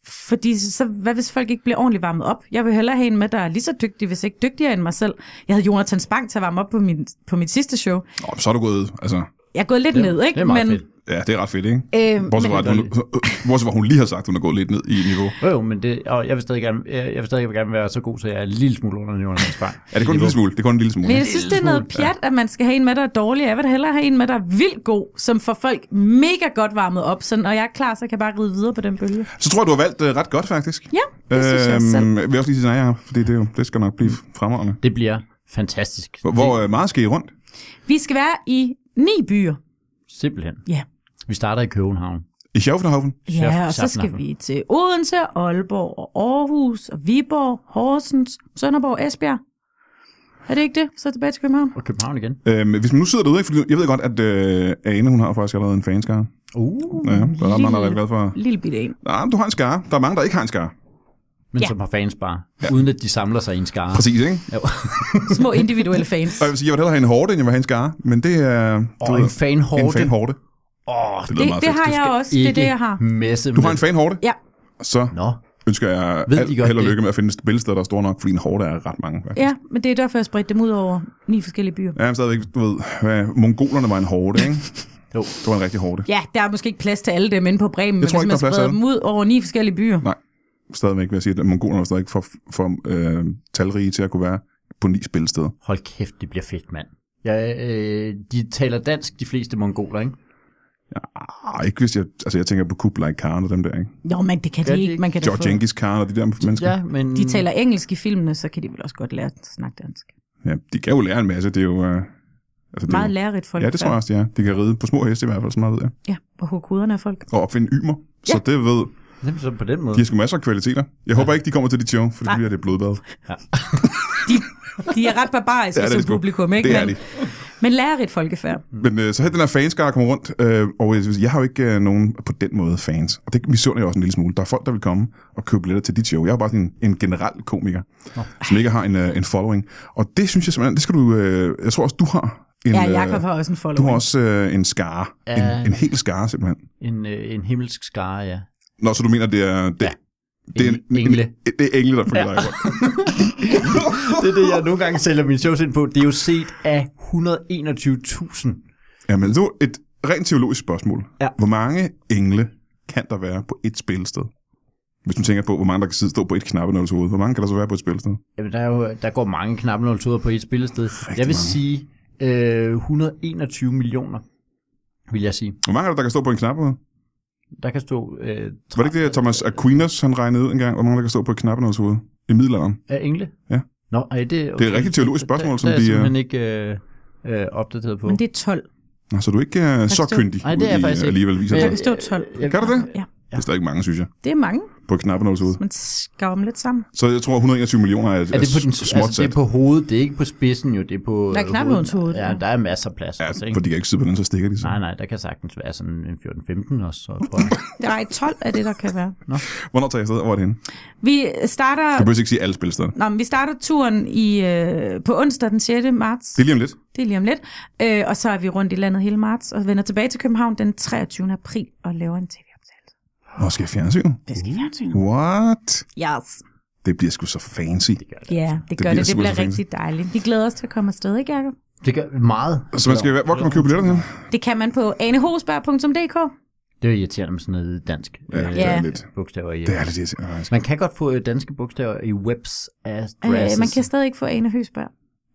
[SPEAKER 2] fordi så, hvad hvis folk ikke bliver ordentligt varmet op? Jeg vil hellere have en med, der er lige så dygtig, hvis ikke dygtigere end mig selv. Jeg havde Jonathan Spang til at varme op på, min, på mit sidste show.
[SPEAKER 1] Nå, så er du gået, altså,
[SPEAKER 2] Jeg er gået lidt ned, ikke?
[SPEAKER 3] Det er meget
[SPEAKER 2] Men,
[SPEAKER 3] men... fedt.
[SPEAKER 1] ja, det er ret fedt, ikke?
[SPEAKER 2] Øhm,
[SPEAKER 1] Bortset fra, at hun, bortset fra, at hun lige har sagt, at hun er gået lidt ned i niveau.
[SPEAKER 3] Jo, jo, men det, og jeg vil stadig gerne, jeg jeg vil stadig gerne være så god, så jeg er en lille smule under Jonas Spang.
[SPEAKER 1] Er det kun en lille smule? Det er kun en lille smule.
[SPEAKER 2] Men jeg synes, det er noget pjat, at man skal have en med, der er dårlig. Jeg vil da hellere have en med, der er vildt god, som får folk mega godt varmet op. Sådan, og jeg er klar, så kan jeg bare ride videre på den bølge.
[SPEAKER 1] Så tror jeg, du har valgt uh, ret godt, faktisk.
[SPEAKER 2] Ja, det synes jeg selv. Mm.
[SPEAKER 1] Vil jeg også lige sige nej, Jacob, fordi det, er jo, det skal nok blive fremragende.
[SPEAKER 3] Det bliver fantastisk.
[SPEAKER 1] Hvor- Hvor øh, meget skal I rundt?
[SPEAKER 2] Vi skal være i ni byer.
[SPEAKER 3] Simpelthen.
[SPEAKER 2] Ja.
[SPEAKER 3] Vi starter i København.
[SPEAKER 1] I Schaffenhausen?
[SPEAKER 2] Ja, og så
[SPEAKER 3] Schaffner.
[SPEAKER 2] skal vi til Odense, Aalborg og Aarhus og Viborg, Horsens, Sønderborg og Esbjerg. Er det ikke det? Så tilbage til København.
[SPEAKER 3] Og København igen.
[SPEAKER 1] Øhm, hvis man nu sidder derude, ikke? Fordi jeg ved godt, at øh, Ane, hun har faktisk allerede en fanskare.
[SPEAKER 2] Mm,
[SPEAKER 3] Uh.
[SPEAKER 1] Ja, der er ret mange, der er ret glad for.
[SPEAKER 2] Lille bitte en.
[SPEAKER 1] Nej, men du har en skare. Der er mange, der ikke har en skare.
[SPEAKER 3] Men
[SPEAKER 2] Ja.
[SPEAKER 3] som har fans bare. Ja. Uden at de samler sig i en skare.
[SPEAKER 1] Præcis, ikke?
[SPEAKER 3] Jo.
[SPEAKER 2] Små individuelle fans.
[SPEAKER 1] Og jeg vil sige, jeg vil hellere have en hårde, end jeg vil have en skare. Men det er...
[SPEAKER 3] Og en fanhårde.
[SPEAKER 1] En fanhårde.
[SPEAKER 3] Åh,
[SPEAKER 1] Det lyder
[SPEAKER 2] Det,
[SPEAKER 1] meget
[SPEAKER 2] det
[SPEAKER 1] fedt.
[SPEAKER 2] har jeg også. Det er det, jeg har.
[SPEAKER 3] Messe
[SPEAKER 1] Du har en fanhårde?
[SPEAKER 2] Ja,
[SPEAKER 1] så
[SPEAKER 3] Nå,
[SPEAKER 1] ønsker jeg
[SPEAKER 3] Ved de
[SPEAKER 1] alt
[SPEAKER 3] godt
[SPEAKER 1] held og
[SPEAKER 3] det?
[SPEAKER 1] lykke med at finde spillesteder, der er store nok, fordi en hårde er ret mange. Faktisk.
[SPEAKER 2] Ja, men det er derfor, jeg spredte dem ud over ni forskellige byer.
[SPEAKER 1] Ja, men stadigvæk, du ved, hvad, mongolerne var en hårde, ikke?
[SPEAKER 3] Jo.
[SPEAKER 1] Det var en rigtig hårde.
[SPEAKER 2] Ja, der er måske ikke plads til alle dem inde på Bremen, men
[SPEAKER 1] tror
[SPEAKER 2] hvis
[SPEAKER 1] ikke,
[SPEAKER 2] man
[SPEAKER 1] der er plads til
[SPEAKER 2] spreder
[SPEAKER 1] alle.
[SPEAKER 2] dem ud over ni forskellige byer.
[SPEAKER 1] Nej, stadigvæk vil jeg sige, at mongolerne var stadig for, for øh, talrige til at kunne være på ni spillesteder.
[SPEAKER 3] hold kæft, det bliver fedt, mand. Ja, øh, de taler dansk, de fleste mongoler, ikke?
[SPEAKER 1] Ah, ikke hvis jeg, altså jeg tænker på Kublai Khan og dem der, ikke?
[SPEAKER 2] Jo, men det kan
[SPEAKER 3] Ja,
[SPEAKER 2] de
[SPEAKER 3] det-
[SPEAKER 2] ikke. Man kan da
[SPEAKER 1] George
[SPEAKER 2] få...
[SPEAKER 1] Genghis Khan og de der mennesker.
[SPEAKER 3] Ja, men...
[SPEAKER 2] De taler engelsk i filmene, så kan de vel også godt lære at snakke dansk.
[SPEAKER 1] Ja, de kan jo lære en masse, det er jo... Øh, altså, det er
[SPEAKER 2] Meget
[SPEAKER 1] jo,
[SPEAKER 2] lærerigt folk.
[SPEAKER 1] Ja, det tror jeg også, de er. De kan ride på små heste i hvert fald, så meget ved jeg.
[SPEAKER 2] Ja, og hovederne af folk.
[SPEAKER 1] Og opfinde ymer. Så det ved,
[SPEAKER 3] Jamen, så på den måde.
[SPEAKER 1] de har sgu masser af kvaliteter. Jeg håber ikke, de kommer til dit show, for det
[SPEAKER 2] Nej.
[SPEAKER 1] bliver det blodbad.
[SPEAKER 2] De, de er ret barbariske
[SPEAKER 1] Ja, det er
[SPEAKER 2] som
[SPEAKER 1] de sgu.
[SPEAKER 2] publikum, ikke?
[SPEAKER 1] Det er
[SPEAKER 2] men,
[SPEAKER 1] de.
[SPEAKER 2] men lærerigt folkefærd.
[SPEAKER 1] Men øh, så havde den her fanskare kommet rundt, øh, og jeg, jeg har jo ikke øh, nogen på den måde fans. Og det misunder jeg også en lille smule. Der er folk, der vil komme og købe billetter til dit show. Jeg er jo bare sådan en, en generel komiker, som ikke har en, øh, en following. Og det synes jeg simpelthen, det skal du... Øh, jeg tror også, du har en...
[SPEAKER 2] Ja,
[SPEAKER 1] øh,
[SPEAKER 2] Jakob har også en
[SPEAKER 1] Du har
[SPEAKER 2] following.
[SPEAKER 1] også øh, en skare.
[SPEAKER 3] Ja.
[SPEAKER 1] En, en hel skare, simpelthen.
[SPEAKER 3] En, øh, en himmelsk skare, ja.
[SPEAKER 1] Nå, så du mener, det er... Det,
[SPEAKER 3] Ja.
[SPEAKER 1] det er en,
[SPEAKER 3] Engle.
[SPEAKER 1] En, det er engle, der følger ja. dig rundt.
[SPEAKER 3] Det er det, jeg nogle gange sælger mine shows ind på. Det er jo set af 121.000.
[SPEAKER 1] Jamen, nu et rent teologisk spørgsmål.
[SPEAKER 3] Ja.
[SPEAKER 1] Hvor mange engle kan der være på et spilsted? Hvis du tænker på, hvor mange der kan sidde stå på et knappenåls hoved, hvor mange kan der så være på et spilsted?
[SPEAKER 3] Jamen, der, er jo, der går mange knappenålshoveder på et spillested. Rigtig jeg vil
[SPEAKER 1] mange.
[SPEAKER 3] sige øh, 121 millioner, vil jeg sige.
[SPEAKER 1] Hvor mange er der, der kan stå på en knappenål?
[SPEAKER 3] Der kan stå øh,
[SPEAKER 1] Var det ikke det, Thomas Aquinas han regnede ud engang, hvor mange der kan stå på et knappenåls hoved i middelalderen?
[SPEAKER 3] af engle.
[SPEAKER 1] Ja.
[SPEAKER 3] Nå, ej, det, okay.
[SPEAKER 1] Det er et rigtig teologisk spørgsmål,
[SPEAKER 3] der,
[SPEAKER 1] som
[SPEAKER 3] der er
[SPEAKER 1] de...
[SPEAKER 3] jeg
[SPEAKER 1] øh,
[SPEAKER 3] simpelthen ikke øh, øh, opdateret på.
[SPEAKER 2] Men det er 12.
[SPEAKER 1] Nå, så du er ikke er så
[SPEAKER 2] stå-
[SPEAKER 1] kyndig
[SPEAKER 3] Nej, det er
[SPEAKER 1] ud i,
[SPEAKER 3] jeg
[SPEAKER 1] øh,
[SPEAKER 3] faktisk ikke.
[SPEAKER 1] alligevel viser
[SPEAKER 2] Der
[SPEAKER 1] det.
[SPEAKER 2] kan stå 12.
[SPEAKER 1] Kan du det?
[SPEAKER 2] Ja,
[SPEAKER 1] Det er stadig ikke mange, synes jeg,
[SPEAKER 2] det er mange.
[SPEAKER 1] på et knappenåls hoved.
[SPEAKER 2] Man skal dem lidt sammen.
[SPEAKER 1] Så jeg tror, 121 millioner er,
[SPEAKER 3] Er det på, den,
[SPEAKER 1] småt
[SPEAKER 3] altså, det er på hovedet, det er ikke på spidsen jo, det er på...
[SPEAKER 2] Der er
[SPEAKER 3] øh,
[SPEAKER 2] knap
[SPEAKER 3] hovedet.
[SPEAKER 2] nogen hoved,
[SPEAKER 3] Ja,
[SPEAKER 2] ja.
[SPEAKER 3] der er masser af plads. Ja, altså,
[SPEAKER 1] Ja,
[SPEAKER 3] ikke?
[SPEAKER 1] for de kan ikke sidde på den, så stikker de sig.
[SPEAKER 3] Nej, nej, der kan sagtens være sådan en 14-15 også. Så på.
[SPEAKER 2] Nej, 12 er det, der kan være.
[SPEAKER 1] Hvornår tager jeg afsted? Hvor er det henne?
[SPEAKER 2] Vi
[SPEAKER 1] Du
[SPEAKER 2] starter,
[SPEAKER 1] behøver ikke sige alle spilsteder.
[SPEAKER 2] nå, men vi starter turen i, øh, på onsdag den 6. marts.
[SPEAKER 1] Det er lige om lidt.
[SPEAKER 2] Det er lige om lidt. Øh, og så er vi rundt i landet hele marts og vender tilbage til København den 23. april og laver en tv-optagelse.
[SPEAKER 1] Nå, skal jeg fjernsynet?
[SPEAKER 2] Det skal i fjernsynet.
[SPEAKER 1] What?
[SPEAKER 2] Yes.
[SPEAKER 1] Det bliver sgu så fancy.
[SPEAKER 2] Ja, det gør
[SPEAKER 1] bliver
[SPEAKER 2] det. Det
[SPEAKER 1] super
[SPEAKER 2] bliver
[SPEAKER 1] fint.
[SPEAKER 2] rigtig dejligt. Vi glæder os til at komme afsted, ikke Jacob?
[SPEAKER 3] det gør meget.
[SPEAKER 1] Så man skal, hvor kan man købe billetter hen?
[SPEAKER 2] Det kan man på anehosberg.dk.
[SPEAKER 3] Det er irriterende med sådan noget dansk
[SPEAKER 1] Ja,
[SPEAKER 3] øh,
[SPEAKER 1] det er
[SPEAKER 2] Ja.
[SPEAKER 1] lidt.
[SPEAKER 3] bogstaver i.
[SPEAKER 1] Det er lidt irriterende, faktisk.
[SPEAKER 3] Man kan godt få øh, danske bogstaver i webs af
[SPEAKER 2] Øh,
[SPEAKER 3] grasses.
[SPEAKER 2] man kan stadig ikke få Ane Høsberg.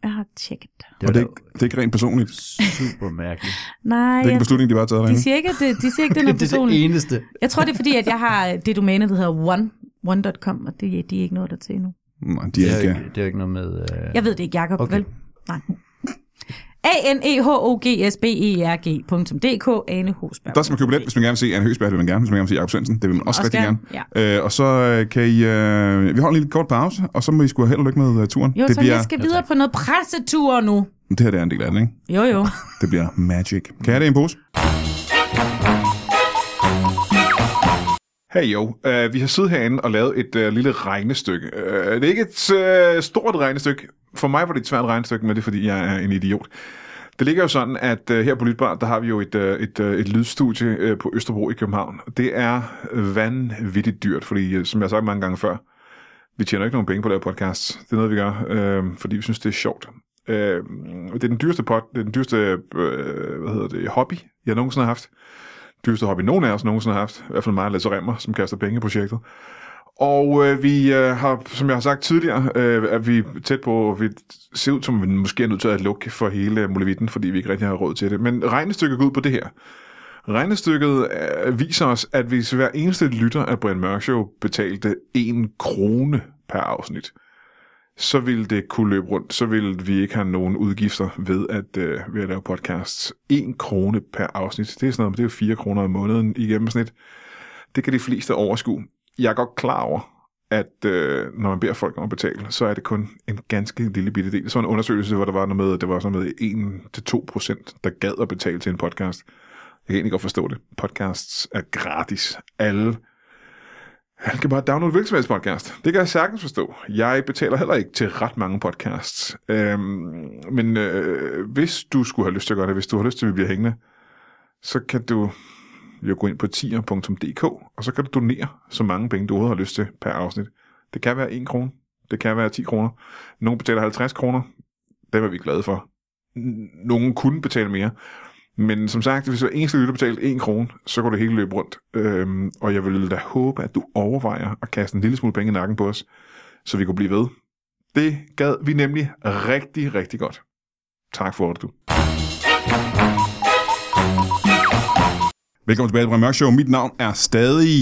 [SPEAKER 2] Jeg har tjekket.
[SPEAKER 1] Og
[SPEAKER 3] Det
[SPEAKER 1] det er,
[SPEAKER 3] er
[SPEAKER 1] ikke, det er ikke rent personligt. Det
[SPEAKER 3] super mærkeligt.
[SPEAKER 2] Nej,
[SPEAKER 1] er ikke
[SPEAKER 2] jeg,
[SPEAKER 1] en beslutning, de bare har taget
[SPEAKER 2] de
[SPEAKER 1] derinde.
[SPEAKER 2] siger ikke, at det, de siger ikke, det er noget
[SPEAKER 3] det er det
[SPEAKER 2] personligt.
[SPEAKER 3] eneste.
[SPEAKER 2] Jeg tror, det er fordi, at jeg har det domæne, der hedder one, one.com, og det, de er ikke nået der til endnu.
[SPEAKER 1] Nej, de
[SPEAKER 3] Det
[SPEAKER 1] er
[SPEAKER 3] er,
[SPEAKER 1] ikke.
[SPEAKER 3] ikke, det er jo ikke noget med... Øh,
[SPEAKER 2] Jeg ved det ikke, Jacob, okay.
[SPEAKER 3] Okay.
[SPEAKER 2] vel? Nej. a n e h o g s b e r g.dk Ane Hosberg.
[SPEAKER 1] Der skal man købe billet, hvis man gerne vil se Anne Høsberg, det vil man gerne. Hvis man gerne vil se Jacob Svendsen, det vil man også
[SPEAKER 2] Også
[SPEAKER 1] rigtig gerne.
[SPEAKER 2] gerne,
[SPEAKER 1] Øh, og så øh, kan I... Øh, vi holder en lille kort pause, og så må I sgu have held og lykke med øh, turen.
[SPEAKER 2] Jo,
[SPEAKER 1] det,
[SPEAKER 2] så
[SPEAKER 1] bliver,
[SPEAKER 2] jeg skal videre på noget pressetur nu.
[SPEAKER 1] det her det er en del af det, ikke?
[SPEAKER 2] Jo, jo.
[SPEAKER 1] Det bliver magic. Kan jeg det i en pose? Hey jo, uh, vi har siddet herinde og lavet et uh, lille regnestykke. Uh, det er ikke et uh, stort regnestykke. For mig var det et svært regnestykke, men det er fordi, jeg er en idiot. Det ligger jo sådan, at uh, her på Lytbar, der har vi jo et, uh, et, uh, et lydstudie uh, på Østerbro i København. Det er vanvittigt dyrt, fordi uh, som jeg har sagt mange gange før, vi tjener ikke nogen penge på det her podcast. Det er noget, vi gør, øh, fordi vi synes, det er sjovt. Øh, det er den dyreste, pot, det er den dyreste øh, hvad hedder det, hobby, jeg nogensinde har haft. Dyreste hobby, nogen af os nogensinde har haft. I hvert fald mig og Lasse Remmer, som kaster penge i projektet. Og øh, vi øh, har, som jeg har sagt tidligere, øh, er vi tæt på, vi ser ud som, om vi måske er nødt til at lukke for hele Molevitten, fordi vi ikke rigtig har råd til det. Men regnestykket går ud på det her. Regnestykket øh, viser os, at hvis hver eneste lytter af Brian Mørk Show betalte en krone per afsnit, så ville det kunne løbe rundt. Så ville vi ikke have nogen udgifter ved at, øh, ved at lave podcasts. En krone per afsnit. Det er sådan noget, det er jo fire kroner om måneden i gennemsnit. Det kan de fleste overskue. Jeg er godt klar over, at øh, når man beder folk om at betale, så er det kun en ganske lille bitte del. Så en undersøgelse, hvor der var noget med, det var sådan noget med 1-2 procent, der gad at betale til en podcast. Jeg kan egentlig godt forstå det. Podcasts er gratis. Alle, alle kan bare downloade hvilken som helst podcast. Det kan jeg sagtens forstå. Jeg betaler heller ikke til ret mange podcasts. Øhm, men øh, hvis du skulle have lyst til at gøre det, hvis du har lyst til, at vi bliver hængende, så kan du jo gå ind på tier.dk, og så kan du donere så mange penge, du overhovedet har lyst til per afsnit. Det kan være 1 krone, det kan være 10 kroner. Nogle betaler 50 kroner, dem er vi glade for. N- Nogle kunne betale mere. Men som sagt, hvis hver eneste lytter betalte 1 krone, så går det hele løbe rundt. Øhm, og jeg vil da håbe, at du overvejer at kaste en lille smule penge i nakken på os, så vi kunne blive ved. Det gad vi nemlig rigtig, rigtig godt. Tak for det, du. Velkommen tilbage til Brian Mørk Show. Mit navn er stadig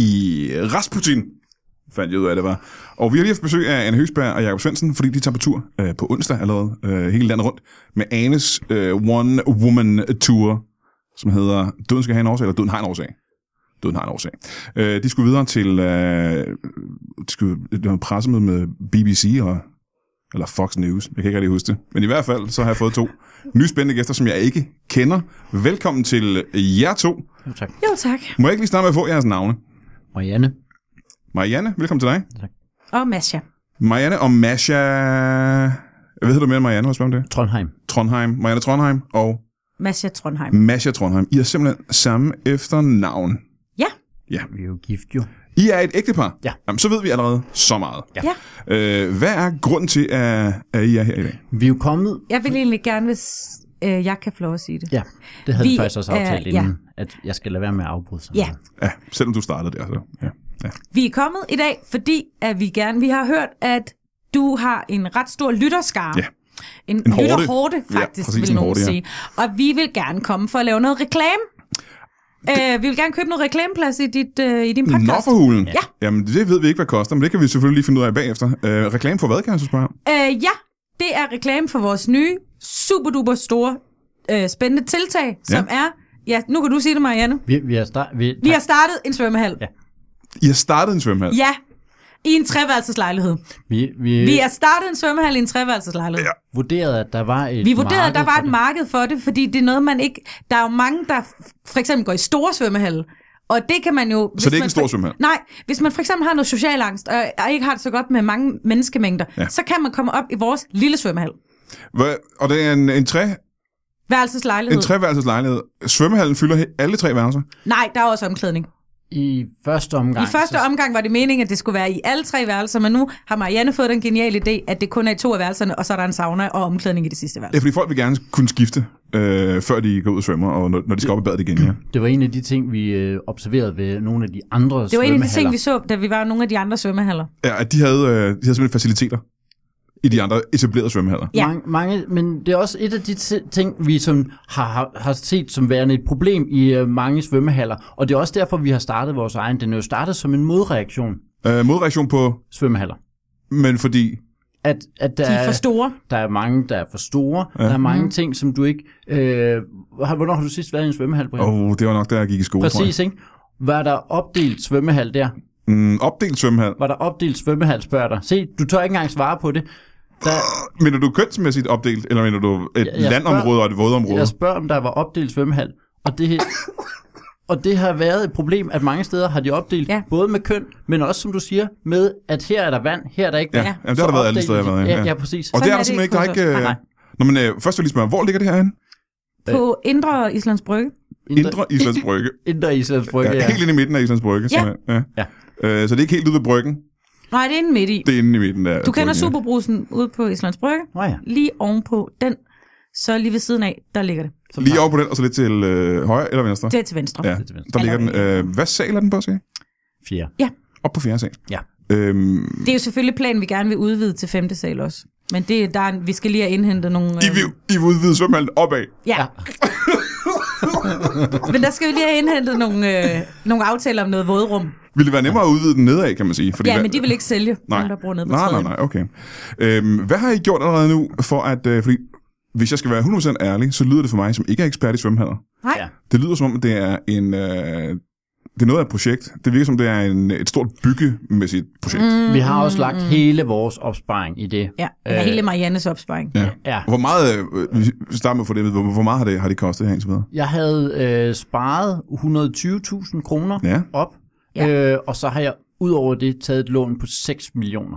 [SPEAKER 1] Rasputin, fandt jeg ud af, det var. Og vi har lige haft besøg af Anne Høgsberg og Jakob Svendsen, fordi de tager på tur øh, på onsdag allerede øh, hele landet rundt med Anes øh, One Woman Tour, som hedder Døden skal have en årsag, eller Døden har en årsag. Døden har en årsag. Øh, de skulle videre til øh, de skulle, det var en pressemøde med BBC og eller Fox News, jeg kan ikke rigtig huske det. Men i hvert fald, så har jeg fået to nye spændende gæster, som jeg ikke kender. Velkommen til jer to.
[SPEAKER 3] Jo, tak.
[SPEAKER 2] Jo, tak.
[SPEAKER 1] Må jeg ikke lige starte med at få jeres navne?
[SPEAKER 3] Marianne.
[SPEAKER 1] Marianne, velkommen til dig.
[SPEAKER 2] Og Masha.
[SPEAKER 1] Marianne og Masha... Hvad hedder du mere end Marianne? Hvad spørger om det?
[SPEAKER 3] Trondheim.
[SPEAKER 1] Trondheim. Marianne Trondheim og
[SPEAKER 2] Masha Trondheim.
[SPEAKER 1] Masha Trondheim. I er simpelthen samme efternavn.
[SPEAKER 2] Ja.
[SPEAKER 3] Vi er jo gift jo.
[SPEAKER 1] I er et ægtepar.
[SPEAKER 3] Ja.
[SPEAKER 1] Jamen, så ved vi allerede så meget.
[SPEAKER 3] Ja.
[SPEAKER 2] Ja.
[SPEAKER 1] Øh, hvad er grunden til, at, at I er her i dag?
[SPEAKER 3] Vi er jo kommet...
[SPEAKER 2] Jeg vil egentlig gerne, hvis øh, jeg kan få lov at sige det.
[SPEAKER 3] Ja, det havde vi,
[SPEAKER 2] Vi
[SPEAKER 3] vi faktisk også
[SPEAKER 2] er-
[SPEAKER 3] aftalt
[SPEAKER 2] ja.
[SPEAKER 3] inden, at jeg skal lade være med at afbryde sådan
[SPEAKER 2] Ja.
[SPEAKER 3] noget.
[SPEAKER 1] Ja, selvom du startede der. Så. Ja. Ja.
[SPEAKER 2] Vi er kommet i dag, fordi at vi gerne... Vi har hørt, at du har en ret stor lytterskare.
[SPEAKER 1] Ja.
[SPEAKER 2] En,
[SPEAKER 1] En horde.
[SPEAKER 2] lytterhorde,
[SPEAKER 1] Ja,
[SPEAKER 2] faktisk,
[SPEAKER 1] præcis,
[SPEAKER 2] vil
[SPEAKER 1] en
[SPEAKER 2] nogen
[SPEAKER 1] horde, ja.
[SPEAKER 2] sige. Og vi vil gerne komme for at lave noget reklame. Det... Øh, vi vil gerne købe noget reklameplads i, dit, øh, i din
[SPEAKER 1] Nå
[SPEAKER 2] podcast.
[SPEAKER 1] for hulen.
[SPEAKER 2] Ja.
[SPEAKER 1] Jamen, det ved vi ikke, hvad koster, men det kan vi selvfølgelig lige finde ud af bagefter. Øh, reklame for hvad, kan jeg så spørge om?
[SPEAKER 2] Øh, ja, det er reklame for vores nye, super duper store, øh, spændende tiltag, som ja. er... Ja, nu kan du sige det, Marianne.
[SPEAKER 3] Vi, vi, har start, vi,
[SPEAKER 2] Vi har startet en svømmehal. Ja.
[SPEAKER 3] Ja.
[SPEAKER 1] I har startet en svømmehal.
[SPEAKER 2] ja i en treværelseslejlighed.
[SPEAKER 3] vi, vi,
[SPEAKER 2] Vi har startet en svømmehal i en treværelseslejlighed.
[SPEAKER 1] Ja.
[SPEAKER 3] vurderede, at der var et
[SPEAKER 2] Vi vurderede, at der var
[SPEAKER 3] marked for
[SPEAKER 2] et
[SPEAKER 3] det.
[SPEAKER 2] marked for det, fordi det er noget, man ikke... Der er jo mange, der f- for eksempel går i store svømmehalle, og det kan man jo... hvis
[SPEAKER 1] det er ikke
[SPEAKER 2] man
[SPEAKER 1] en stor
[SPEAKER 2] for-
[SPEAKER 1] svømmehal?
[SPEAKER 2] Nej, hvis man for eksempel har noget social angst, og, og ikke har det så godt med mange menneskemængder,
[SPEAKER 1] Ja.
[SPEAKER 2] ja. så kan man komme op i vores lille svømmehal.
[SPEAKER 1] Hvad, og det er en, en, tre,
[SPEAKER 2] Værelseslejlighed.
[SPEAKER 1] en treværelses lejlighed. Svømmehallen fylder he- alle tre værelser.
[SPEAKER 2] Nej, der er også omklædning.
[SPEAKER 3] I første omgang.
[SPEAKER 2] I første
[SPEAKER 3] så-
[SPEAKER 2] omgang var det meningen, at det skulle være i alle tre værelser, men nu har Marianne fået den geniale idé, at det kun er i to af værelserne, og så er der en sauna og omklædning i det sidste
[SPEAKER 1] Ja,
[SPEAKER 2] værelse.
[SPEAKER 1] fordi folk vil gerne kunne skifte, øh, før de går ud og svømmer, og når, når de skal op i badet igen. Ja.
[SPEAKER 3] Det var en af de ting, vi øh, observerede ved nogle af de andre
[SPEAKER 2] Det var en af de ting, vi så, da vi var i nogle af de andre svømmehaller.
[SPEAKER 1] ja at de havde, øh, de havde simpelthen faciliteter i de andre etablerede svømmehaller.
[SPEAKER 2] Ja.
[SPEAKER 3] Ja. Mange, mange, men det er også et af de ti- ting, vi som har, har, har set som værende et problem i øh, mange svømmehaller. Og det er også derfor, vi har startet vores egen. Den er jo startet som en modreaktion,
[SPEAKER 1] Øh, modreaktion på,
[SPEAKER 3] svømmehaller.
[SPEAKER 1] men fordi...
[SPEAKER 3] At, at der,
[SPEAKER 2] De Mhm. er for store.
[SPEAKER 3] der er mange, der er for store. Ja. Der er mange ting, som du ikke... Øh, har- hvornår har du sidst været i en svømmehal, Brian?
[SPEAKER 1] Åh, oh, det var nok, da jeg gik i skole,
[SPEAKER 3] Præcis, ikke? Var der opdelt svømmehal der?
[SPEAKER 1] tror jeg. Mm, opdelt svømmehal.
[SPEAKER 3] Var der opdelt svømmehal, spørger dig. Se, du tør ikke engang svare på det. Der,
[SPEAKER 1] Mener du kønsmæssigt opdelt, eller mener du et
[SPEAKER 3] Jeg- jeg
[SPEAKER 1] landområde
[SPEAKER 3] spørger-
[SPEAKER 1] og et vådområde?
[SPEAKER 3] Jeg spørger, om der var opdelt svømmehal. Og det, og det har været et problem, at mange steder har de opdelt,
[SPEAKER 2] Ja.
[SPEAKER 3] ja. både med køn, men også, som du siger, med, at her er der vand, her er der ikke
[SPEAKER 1] Ja, ja.
[SPEAKER 3] vand.
[SPEAKER 1] Jamen, det har
[SPEAKER 3] Så
[SPEAKER 1] der været alle
[SPEAKER 3] opdelte
[SPEAKER 1] steder, jeg har
[SPEAKER 3] de-
[SPEAKER 1] været i,
[SPEAKER 3] Ja,
[SPEAKER 1] ja.
[SPEAKER 3] ja, præcis.
[SPEAKER 1] og
[SPEAKER 2] Sådan
[SPEAKER 1] det er
[SPEAKER 2] er
[SPEAKER 1] der
[SPEAKER 2] det
[SPEAKER 1] simpelthen ikke,
[SPEAKER 2] ikke
[SPEAKER 1] der er ikke...
[SPEAKER 2] hos
[SPEAKER 1] Øh...
[SPEAKER 3] Nej,
[SPEAKER 1] Nå, men øh, først vil jeg lige spørge, hvor ligger det her henne?
[SPEAKER 2] På
[SPEAKER 1] Øh.
[SPEAKER 2] Indre Islands Brygge.
[SPEAKER 1] Indre Islands Brygge.
[SPEAKER 3] Indre Islands Brygge,
[SPEAKER 1] Ja,
[SPEAKER 3] ja.
[SPEAKER 1] helt inde i midten af Islands Brygge.
[SPEAKER 2] Ja.
[SPEAKER 1] simpelthen. ja.
[SPEAKER 3] Ja.
[SPEAKER 1] Øh, så det er ikke helt ude ved bryggen.
[SPEAKER 2] Nej, det er inde midt i.
[SPEAKER 1] Det er inde i midten af
[SPEAKER 2] Du kender
[SPEAKER 1] bryggen, ja.
[SPEAKER 2] Superbrusen ude på Islands Brygge.
[SPEAKER 3] Nå ja.
[SPEAKER 2] Lige ovenpå den, så lige ved siden af, der ligger det.
[SPEAKER 3] Så
[SPEAKER 1] Lige
[SPEAKER 3] tak.
[SPEAKER 1] over på den, og så lidt til øh, højre eller venstre.
[SPEAKER 2] Det er til venstre.
[SPEAKER 1] Ja,
[SPEAKER 3] Lidt til venstre.
[SPEAKER 1] der ligger den. Øh, hvad sal er den på, siger jeg?
[SPEAKER 3] Fjerde.
[SPEAKER 1] Op på fjerde sal.
[SPEAKER 3] Ja.
[SPEAKER 1] Øhm,
[SPEAKER 2] Det er jo selvfølgelig planen, vi gerne vil udvide til femte sal også. Men det, der er, en- vi skal lige have indhentet nogle... øh,
[SPEAKER 1] I vil, I vil udvide svømmehallen opad.
[SPEAKER 2] Ja. Men der skal vi lige have indhentet nogle, øh, nogle aftaler om noget vådrum.
[SPEAKER 1] Ville det være nemmere at udvide den nedad, kan man sige? Fordi
[SPEAKER 2] Ja,
[SPEAKER 1] hvad-
[SPEAKER 2] men de vil ikke sælge,
[SPEAKER 1] Nej.
[SPEAKER 2] nogen, der bor nede på
[SPEAKER 1] nej, nej,
[SPEAKER 2] træet.
[SPEAKER 1] nej, okay. Øhm, hvad har I gjort allerede nu, for at... Øh, fordi, hvis jeg skal være 100% ærlig, så lyder det for mig, som ikke er ekspert i svømmehaller.
[SPEAKER 2] nej.
[SPEAKER 3] Ja.
[SPEAKER 1] Det lyder som om, det er en... Øh, det er noget af et projekt. Det virker som, det er en, et stort byggemæssigt projekt. Mm.
[SPEAKER 3] Vi har også lagt hele vores opsparing i det.
[SPEAKER 2] Ja, øh, hele Mariannes opsparing.
[SPEAKER 1] Ja.
[SPEAKER 3] Ja.
[SPEAKER 1] Hvor meget, øh, vi starter med at få det, at vide, hvor, hvor meget har det, har det kostet her indtil videre?
[SPEAKER 3] Jeg havde øh, sparet 120.000 kroner
[SPEAKER 1] Ja.
[SPEAKER 3] op,
[SPEAKER 2] Ja.
[SPEAKER 3] øh, og så har jeg udover det taget et lån på 6 millioner.